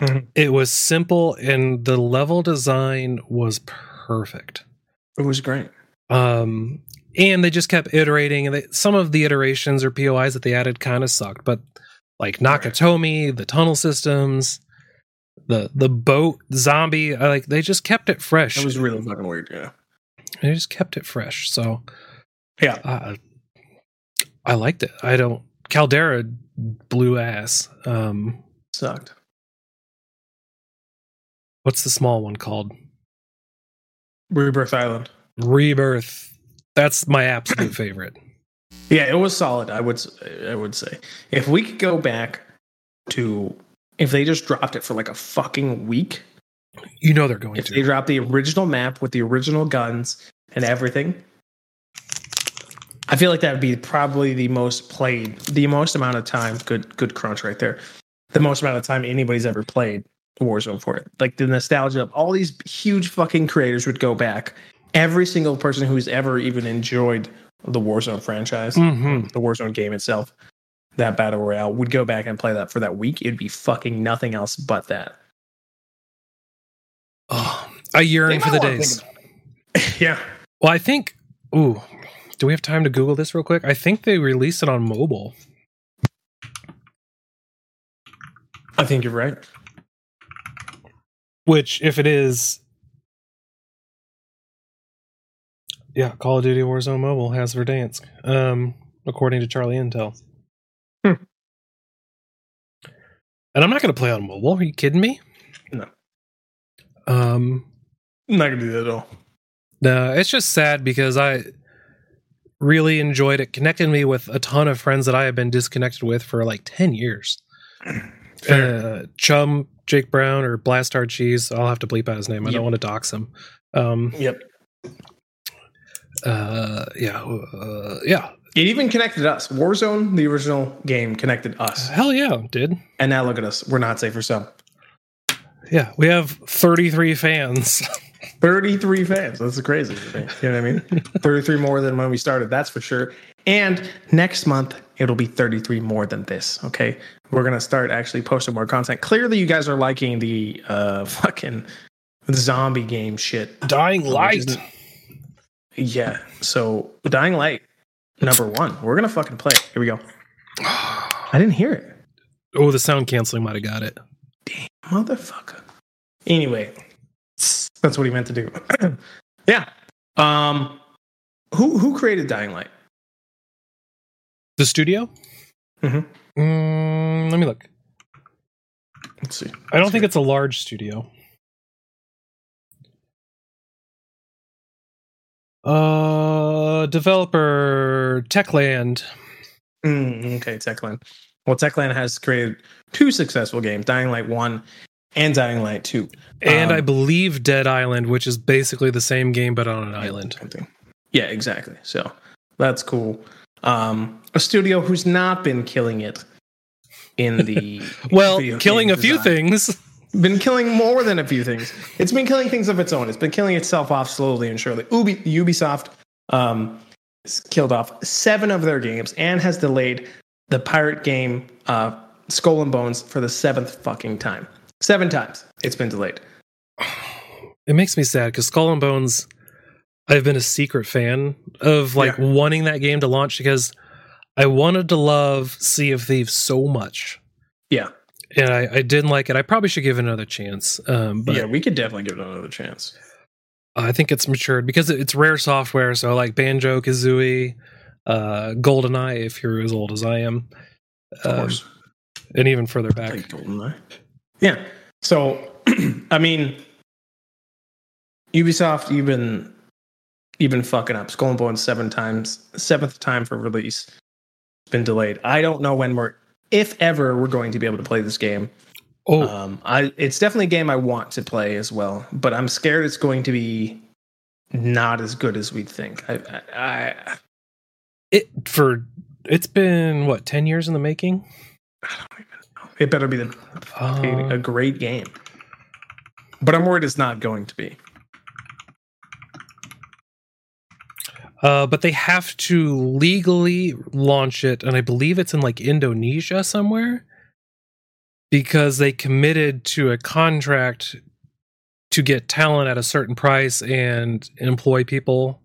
C: Mhm.
B: It was simple, and the level design was perfect.
C: it was great.
B: Um, and they just kept iterating, and they, some of the iterations or POIs that they added kind of sucked, but like Nakatomi, the tunnel systems, the the boat zombie, I like they just kept it fresh.
C: It was really fucking weird. Yeah.
B: they just kept it fresh. So
C: Yeah.
B: uh, I liked it. I don't. Caldera blew ass. Um,
C: Sucked.
B: what's the small one called?
C: Rebirth Island.
B: Rebirth. That's my absolute favorite.
C: Yeah, it was solid. I would s- I would say if we could go back to if they just dropped it for like a fucking week,
B: You know they're going
C: if they
B: to.
C: dropped the original map with the original guns and everything, I feel like that would be probably the most played, the most amount of time. Good, good crunch right there. The most amount of time anybody's ever played Warzone for it. Like the nostalgia of all these huge fucking creators would go back. Every single person who's ever even enjoyed the Warzone franchise
B: hmm
C: the Warzone game itself, that battle royale, would go back and play that for that week. It'd be fucking nothing else but that.
B: Oh, I yearn
C: They
B: for
C: might
B: the
C: wanna
B: days.
C: think yeah,
B: Well, I think. Ooh, do we have time to Google this real quick? I think they released it on mobile.
C: I think you're right.
B: Which, if it is, yeah, Call of Duty Warzone Mobile has Verdansk, um, according to Charlie Intel.
C: Hmm.
B: And I'm not going to play on mobile. Are you kidding me?
C: No.
B: Um,
C: Not gonna do that at all.
B: no, it's just sad because I really enjoyed it. Connected me with a ton of friends that I have been disconnected with for like 10 years. Uh, Chum, Jake Brown, or Blastar Cheese. I'll have to bleep out his name. I
C: Yep.
B: don't want to dox him. Um,
C: Yep.
B: uh, yeah. Uh, yeah.
C: It even connected us. Warzone, the original game, connected us.
B: Hell yeah, did.
C: And now look at us. We're not safe for some.
B: Yeah. We have 33 fans.
C: 33 fans. That's crazy. to think. You know what I mean? 33 more than when we started, that's for sure. And next month, it'll be 33 more than this. Okay. We're going to start actually posting more content. Clearly, you guys are liking the uh, fucking zombie game shit.
B: Dying
C: Light. Yeah. So, Dying Light, number one. We're going to fucking play. it. Here we go. I didn't hear it.
B: Oh, the sound canceling might have got it.
C: motherfucker. Anyway, that's what he meant to do. yeah. Um, who who created Dying Light?
B: The studio?
C: Mhm.
B: Mm, let me look.
C: Let's see.
B: I don't think it's a large studio. Uh, developer Techland.
C: Mm, okay, Techland. Well, Techland has created two successful games: Dying Light One and Dying Light Two.
B: And
C: Um,
B: I believe Dead Island, which is basically the same game but on an island.
C: Something. Yeah, exactly. So that's cool. Um, a studio who's not been killing it in the
B: Well,
C: video game
B: killing a few
C: design.
B: things.
C: been killing more than a few things. It's been killing things of its own. It's been killing itself off slowly and surely. Ubi- Ubisoft um, has killed off seven of their games and has delayed the pirate game uh, Skull and Bones for the seventh fucking time. Seven times it's been delayed.
B: It makes me sad because Skull and Bones I've been a secret fan of like
C: Yeah.
B: wanting that game to launch because I wanted to love Sea of Thieves so much.
C: Yeah.
B: And I, I didn't like it. I probably should give it another chance. Um, but
C: yeah, we could definitely give it another chance.
B: I think it's matured because it- it's rare software. So like Banjo Kazooie, uh, GoldenEye, if you're as old as I am,
C: Of
B: um,
C: course.
B: and even further
C: I
B: back.
C: think GoldenEye. Yeah. So, I mean, Ubisoft, you've been you've been fucking up. Skull and Bones seven times, seventh time for release. It's been delayed. I don't know when we're, if ever, we're going to be able to play this game.
B: Oh,
C: Um, I it's definitely a game I want to play as well, but I'm scared it's going to be not as good as we'd think. I, I, I,
B: it for it's been what ten years in the making.
C: I don't even know. It better be the,
B: Uh,
C: a great game, but I'm worried it's not going to be.
B: Uh, but they have to legally launch it, and I believe it's in like Indonesia somewhere because they committed to a contract to get talent at a certain price and employ people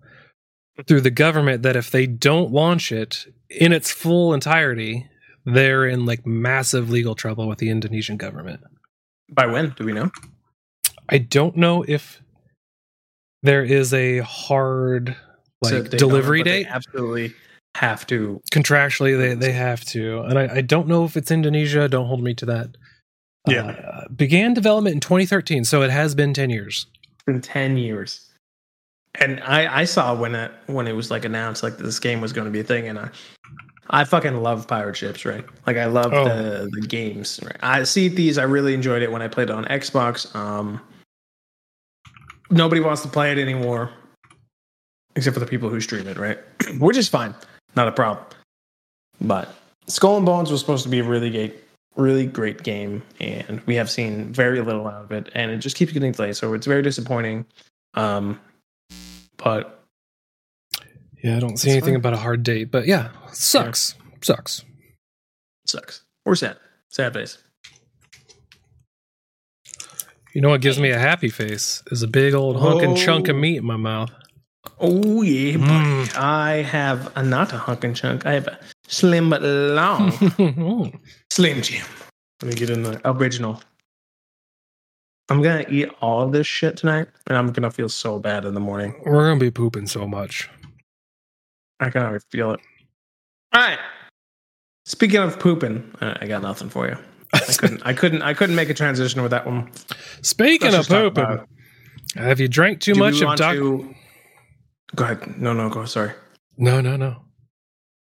B: through the government that if they don't launch it in its full entirety, they're in like massive legal trouble with the Indonesian government.
C: By when do we know?
B: I don't know if there is a hard
C: So
B: like
C: they don't know,
B: delivery
C: but they
B: date.
C: absolutely have to.
B: contractually they, they have to and I, I don't know if it's indonesia don't hold me to that
C: Yeah.
B: Uh, began development in 2013 so it has been 10 years
C: in ten years. And I, I saw when it when it was like announced like this game was going to be a thing, and I I fucking love pirate ships, right? Like I love
B: Oh.
C: the the games. Right? I see these. I really enjoyed it when I played it on Xbox. Um, nobody wants to play it anymore, except for the people who stream it, right? Which is fine, not a problem. But Skull and Bones was supposed to be a really great, really great game, and we have seen very little out of it, and it just keeps getting delayed. So it's very disappointing. Um, but
B: yeah i don't see
C: That's
B: anything
C: fine.
B: about a hard date but yeah sucks sucks
C: it sucks. We're sad. Sad face.
B: you know what gives me a happy face is a big old honking chunk of
C: Oh.
B: meat in my mouth
C: Oh yeah, buddy.
B: Mm.
C: I have a, not a hunk and chunk. I have a slim but long
B: Mm.
C: slim jim. Let me get in the original. I'm gonna eat all this shit tonight, and I'm gonna feel so bad in the morning.
B: we're gonna be pooping so much
C: I can already feel it. All right. Speaking of pooping, uh, I got nothing for you. I couldn't. I couldn't. I couldn't make a transition with that one.
B: speaking
C: Let's just
B: of
C: talk about
B: pooping have you drank too
C: Do we
B: much of
C: want
B: doc
C: to- Go ahead. No, no, go. Sorry.
B: no no no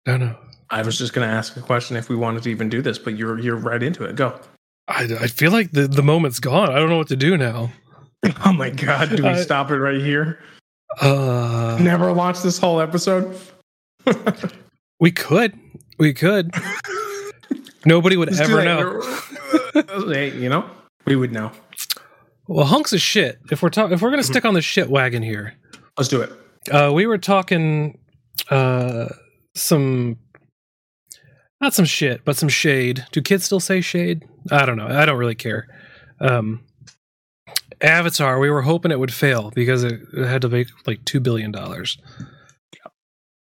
B: no no
C: I was just going to ask a question if we wanted to even do this, but you're you're right into it. Go.
B: I, I feel like the, the moment's gone i don't know what to do now
C: Oh my god! Do we
B: Uh,
C: stop it right here?
B: uh
C: Never launch this whole episode.
B: We could. We could. Nobody would
C: Let's do
B: ever
C: that.
B: know.
C: hey, you know, we would know.
B: Well, hunks of shit. If we're talking, if we're
C: Mm-hmm.
B: gonna stick on the shit wagon here,
C: Let's do it.
B: uh, we were talking uh, some, not some shit, but some shade. Do kids still say shade? I don't know. I don't really care. Um, Avatar. We were hoping it would fail because it, it had to make like two billion dollars.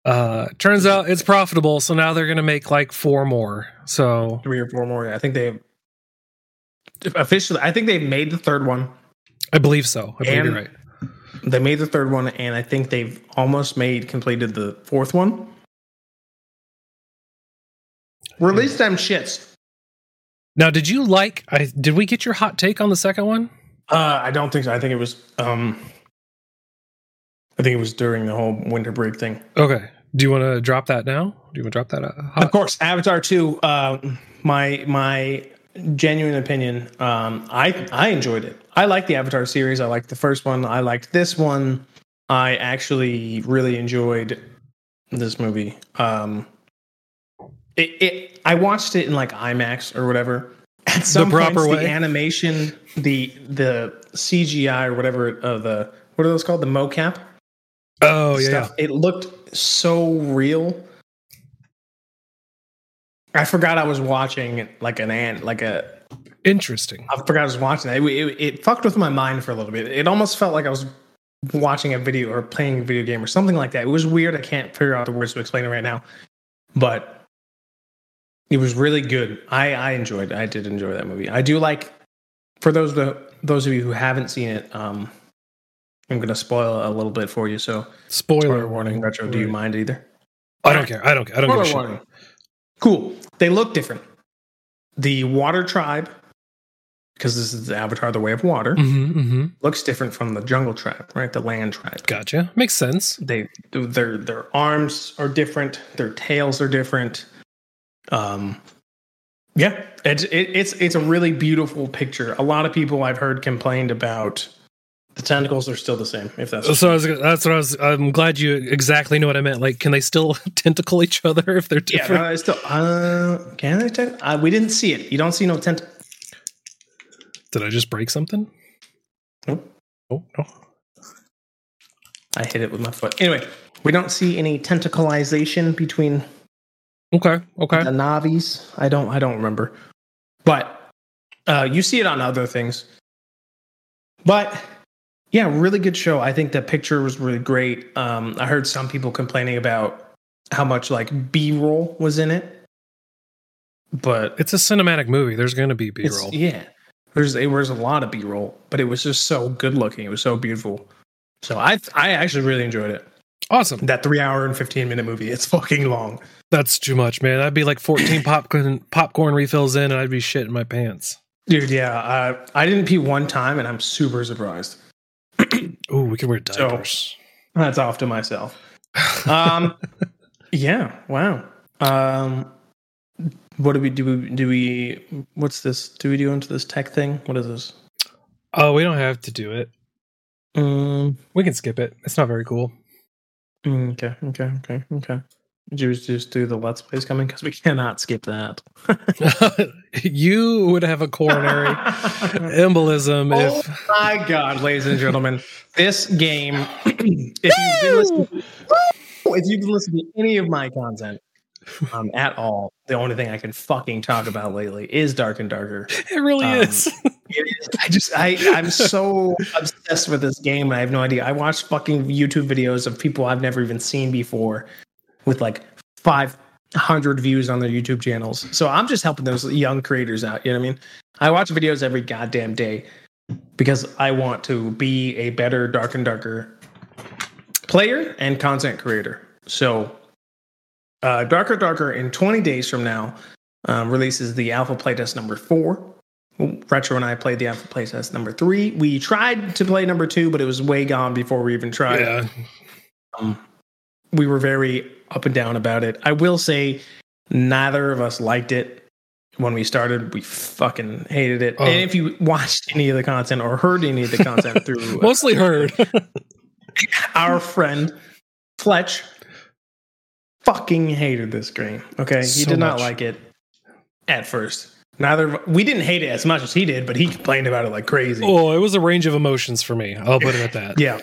B: Uh, turns out it's profitable, so now they're gonna make like four more. So
C: Three or four more. I think they officially. I think they made the third one.
B: I believe so. I believe
C: And-
B: you're right.
C: They made the third one, and I think they've almost made completed the fourth one. Release them shits.
B: Now, did you like? I did we get your hot take on the second one?
C: Uh, I don't think so. I think it was. Um, I think it was during the whole winter break thing.
B: Okay. Do you want to drop that now? Do you want to drop that? Uh,
C: Of
B: hot?
C: course, Avatar Two. Um, my my genuine opinion. Um, I I enjoyed it. I liked the Avatar series. I liked the first one. I liked this one. I actually really enjoyed this movie. Um, it, it I watched it in like IMAX or whatever. At some
B: proper
C: points,
B: way.
C: the animation, the the CGI or whatever, uh, the what are those called? The mocap
B: Oh yeah, yeah.
C: stuff. It looked so real. I forgot I was watching like an ant, like a.
B: Interesting.
C: I forgot I was watching that. It, it, it fucked with my mind for a little bit. It almost felt like I was watching a video or playing a video game or something like that. It was weird. I can't figure out the words to explain it right now, but it was really good. I I enjoyed. I did enjoy that movie. I do like for those the those of you who haven't seen it. Um, I'm gonna spoil a little bit for you. So
B: Spoiler,
C: spoiler warning, retro. Do you mind either?
B: I don't care. I don't. I don't give
C: Spoiler
B: a shit.
C: warning. Cool. They look different. The water tribe, because this is the Avatar: The Way of Water,
B: Mhm, mhm.
C: looks different from the jungle tribe, right? The land tribe.
B: Gotcha. Makes sense.
C: they their their arms are different their tails are different um yeah it's it, it's it's a really beautiful picture a lot of people i've heard complained about the tentacles are still the same if that's
B: So I was, gonna- that's what I was. I'm glad you exactly know what I meant. Like, can they still tentacle each other if they're
C: yeah
B: different?
C: no, it's still uh can they tent- uh, we didn't see it you don't see no tent
B: Did I just break something?
C: Nope.
B: Oh no.
C: i hit it with my foot anyway we don't see any tentacleization between
B: Okay. Okay.
C: the navies i don't i don't remember but uh you see it on other things but yeah really good show i think the picture was really great um i heard some people complaining about how much like b-roll was in it but
B: It's a cinematic movie. There's going to be B
C: it's-
B: roll.
C: yeah there's there was a lot of b-roll but it was just so good looking it was so beautiful so i i actually really enjoyed it
B: Awesome.
C: that three hour and 15 minute movie it's fucking long
B: That's too much, man. I'd be like 14 popcorn popcorn refills in, and I'd be shit in my pants.
C: dude yeah uh, i didn't pee one time and i'm super surprised
B: Oh, we could wear
C: So-
B: diapers.
C: That's off to myself. Um, yeah. Wow. Um, what do we do? We, do we? What's this? Do we do into this tech thing? What is this?
B: oh, we don't have to do it.
C: Um. mm,
B: We can skip it. It's not very cool.
C: Okay. Okay. Okay. Okay. Did you just do the let's plays coming because we cannot skip that.
B: you would have a coronary embolism
C: Oh
B: if
C: my god, ladies and gentlemen, this game. if, you've been listening, oh, if you've been listening to any of my content um, at all, the only thing I can fucking talk about lately is Dark and Darker.
B: it really
C: Um,
B: is.
C: It is. I just I I'm so obsessed with this game. and I have no idea. I watch fucking YouTube videos of people I've never even seen before with like 500 views on their YouTube channels. So I'm just helping those young creators out, you know what I mean? I watch videos every goddamn day because I want to be a better dark and darker player and content creator. So uh darker darker in 20 days from now um, releases the alpha playtest number 4. Retro and I played the alpha playtest number 3. We tried to play number 2, but it was way gone before we even tried
B: yeah.
C: um, we were very up and down about it. I will say, neither of us liked it when we started. We fucking hated it.
B: Oh.
C: And if you watched any of the content or heard any of the content through uh,
B: Mostly heard.
C: our friend Fletch, fucking hated this game. Okay, he
B: So
C: did not
B: much.
C: like it at first. Neither of, we didn't hate it as much as he did, but he complained about it like crazy.
B: oh, it was a range of emotions for me. I'll put it at that.
C: Yeah.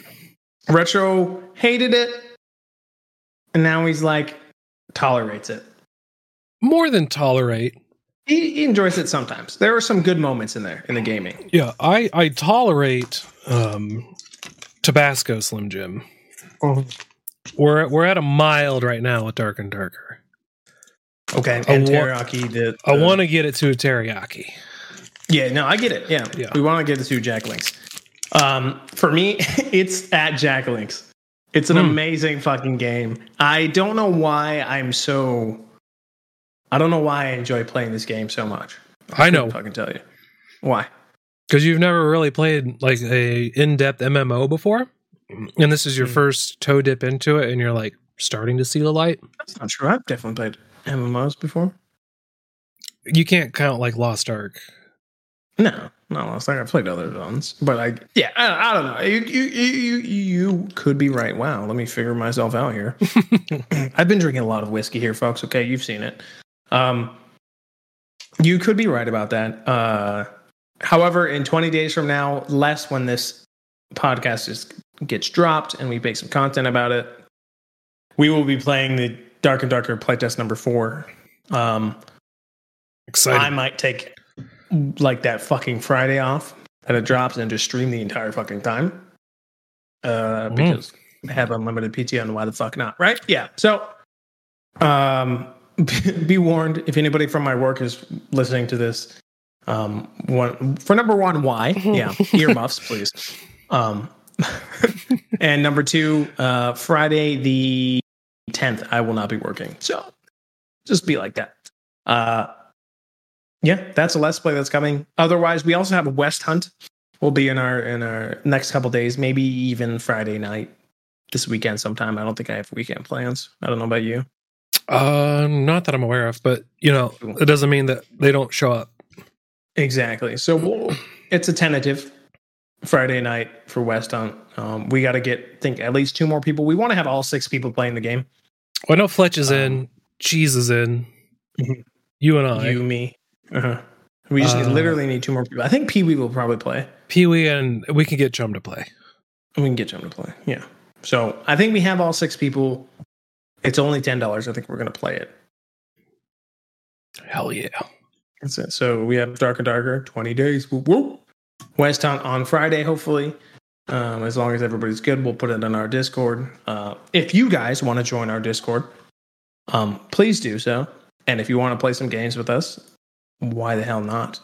C: Retro hated it. And now he's like tolerates it.
B: More than tolerate.
C: He, he enjoys it sometimes. There are some good moments in there in the gaming.
B: Yeah, I I tolerate um Tabasco Slim Jim. Mm-hmm. We're we're at a mild right now with Dark and Darker.
C: Okay.
B: I
C: And
B: wa-
C: Teriyaki did.
B: I want to get it to a teriyaki.
C: Yeah, no, I get it. Yeah.
B: Yeah.
C: We want to get the two Jack Links. Um, for me, it's at Jack Links. It's an
B: Hmm.
C: amazing fucking game. I don't know why I'm so. I don't know why I enjoy playing this game so much.
B: I know
C: I can tell you why.
B: because you've never really played like a in-depth MMO before, and this is your
C: Mm.
B: first toe dip into it, and you're like starting to see the light.
C: That's not true. I've definitely played MMOs before.
B: You can't count like Lost Ark.
C: No, no, it's like I played other ones, but I yeah, I, I don't know. You, you you you you could be right. Wow, let me figure myself out here. I've been drinking a lot of whiskey here, folks. Okay, you've seen it. Um, you could be right about that. Uh, however, in 20 days from now, less when this podcast is gets dropped and we make some content about it, we will be playing the Dark and Darker playtest number four. Um,
B: Excited.
C: I might take like that fucking Friday off that it drops and just stream the entire fucking time. uh, because I have unlimited PTO and why the fuck not, right? Yeah. So, um, be warned if anybody from my work is listening to this. Um, one for number one, why? Yeah, earmuffs, please. Um, and number two, uh, Friday the tenth, I will not be working. So, just be like that. Uh, yeah, that's a let's play that's coming. Otherwise, we also have a West Hunt. Will be in our in our next couple days, maybe even Friday night this weekend sometime. I don't think I have weekend plans. I don't know about you.
B: Uh, not that I'm aware of, but you know, it doesn't mean that they don't show up.
C: Exactly. So we'll, it's a tentative Friday night for West Hunt. Um, we got to get think at least two more people. We want to have all six people playing the game.
B: Well, I know Fletch is
C: Um,
B: in, Cheese is in,
C: Mhm.
B: you and I,
C: You, me. Uh-huh. We just need,
B: Uh,
C: literally need two more people. I think Pee Wee will probably play.
B: Pee Wee, and we can get Chum to play.
C: We can get Jim to play. Yeah. So I think we have all six people. It's only ten dollars. I think we're gonna play it.
B: Hell yeah!
C: That's it. So we have Dark and Darker, 20 days. Whoop, whoop. West Town on Friday, hopefully. Um, as long as everybody's good, we'll put it on our Discord. Uh, if you guys want to join our Discord, um, please do so. And if you want to play some games with us, why the hell not?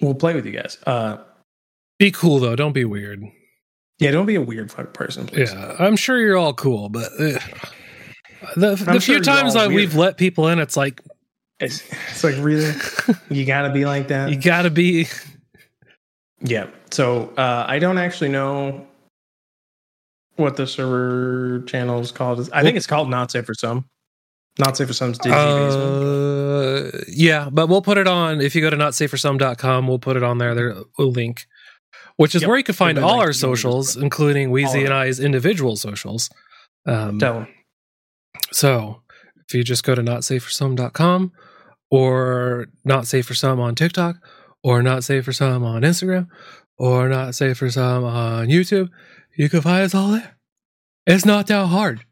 C: We'll play with you guys. Uh,
B: Be cool though. Don't be weird.
C: yeah, don't be a weird fuck person, please.
B: Yeah, I'm sure you're all cool, but uh, the the
C: I'm sure
B: few
C: you're
B: times
C: all
B: that
C: weird.
B: we've let people in, it's like
C: It's, it's like, really? You got to be like that?
B: you gotta be.
C: Yeah. So uh, I don't actually know what the server channel is called. I think it's called Not Safe for Some. Not Safe for Some's Digi Basement.
B: Uh, yeah, but we'll put it on. If you go to notsafersome.com, we'll put it on there. There, we'll link, which is
C: Yep.
B: where you can find
C: We'll
B: all
C: link
B: our
C: to the individual.
B: socials, including
C: All of
B: Wheezy
C: it.
B: and I's individual socials. Um,
C: Tell 'em.
B: So if you just go to notsafersome.com or not safe for some on TikTok or not safe for some on Instagram or not safe for some on YouTube, you can find us all there. It's not that hard.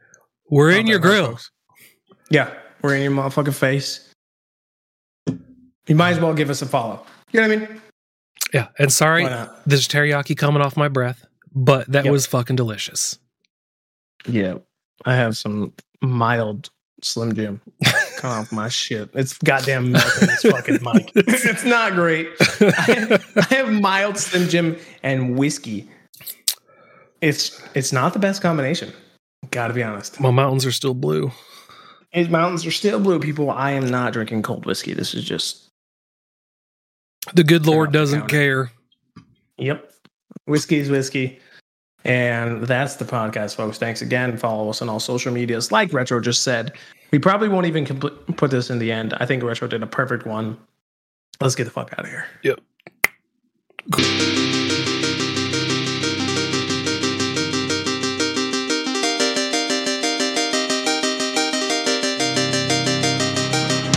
B: We're in
C: Not
B: your
C: that hard,
B: grill.
C: folks. Yeah. We're in your motherfucking face. You might as well give us a follow. You know what I mean?
B: Yeah. And sorry,
C: Why not?
B: there's teriyaki coming off my breath, but that
C: Yep.
B: was fucking delicious.
C: Yeah. I have some mild Slim Jim come off my shit. It's goddamn melting. It's fucking Mike. it's not great. I I have mild Slim Jim and whiskey. It's it's not the best combination. Gotta be honest.
B: my mountains are still blue.
C: His mountains are still blue, people. I am not drinking cold whiskey. This is just
B: The good
C: Turn
B: Lord
C: off the
B: doesn't
C: counter.
B: care.
C: yep. Whiskey is whiskey. And that's the podcast, folks. Thanks again. Follow us on all social medias. Like Retro just said, we probably won't even compl- put this in the end. I think Retro did a perfect one. Let's get the fuck out of here.
B: Yep.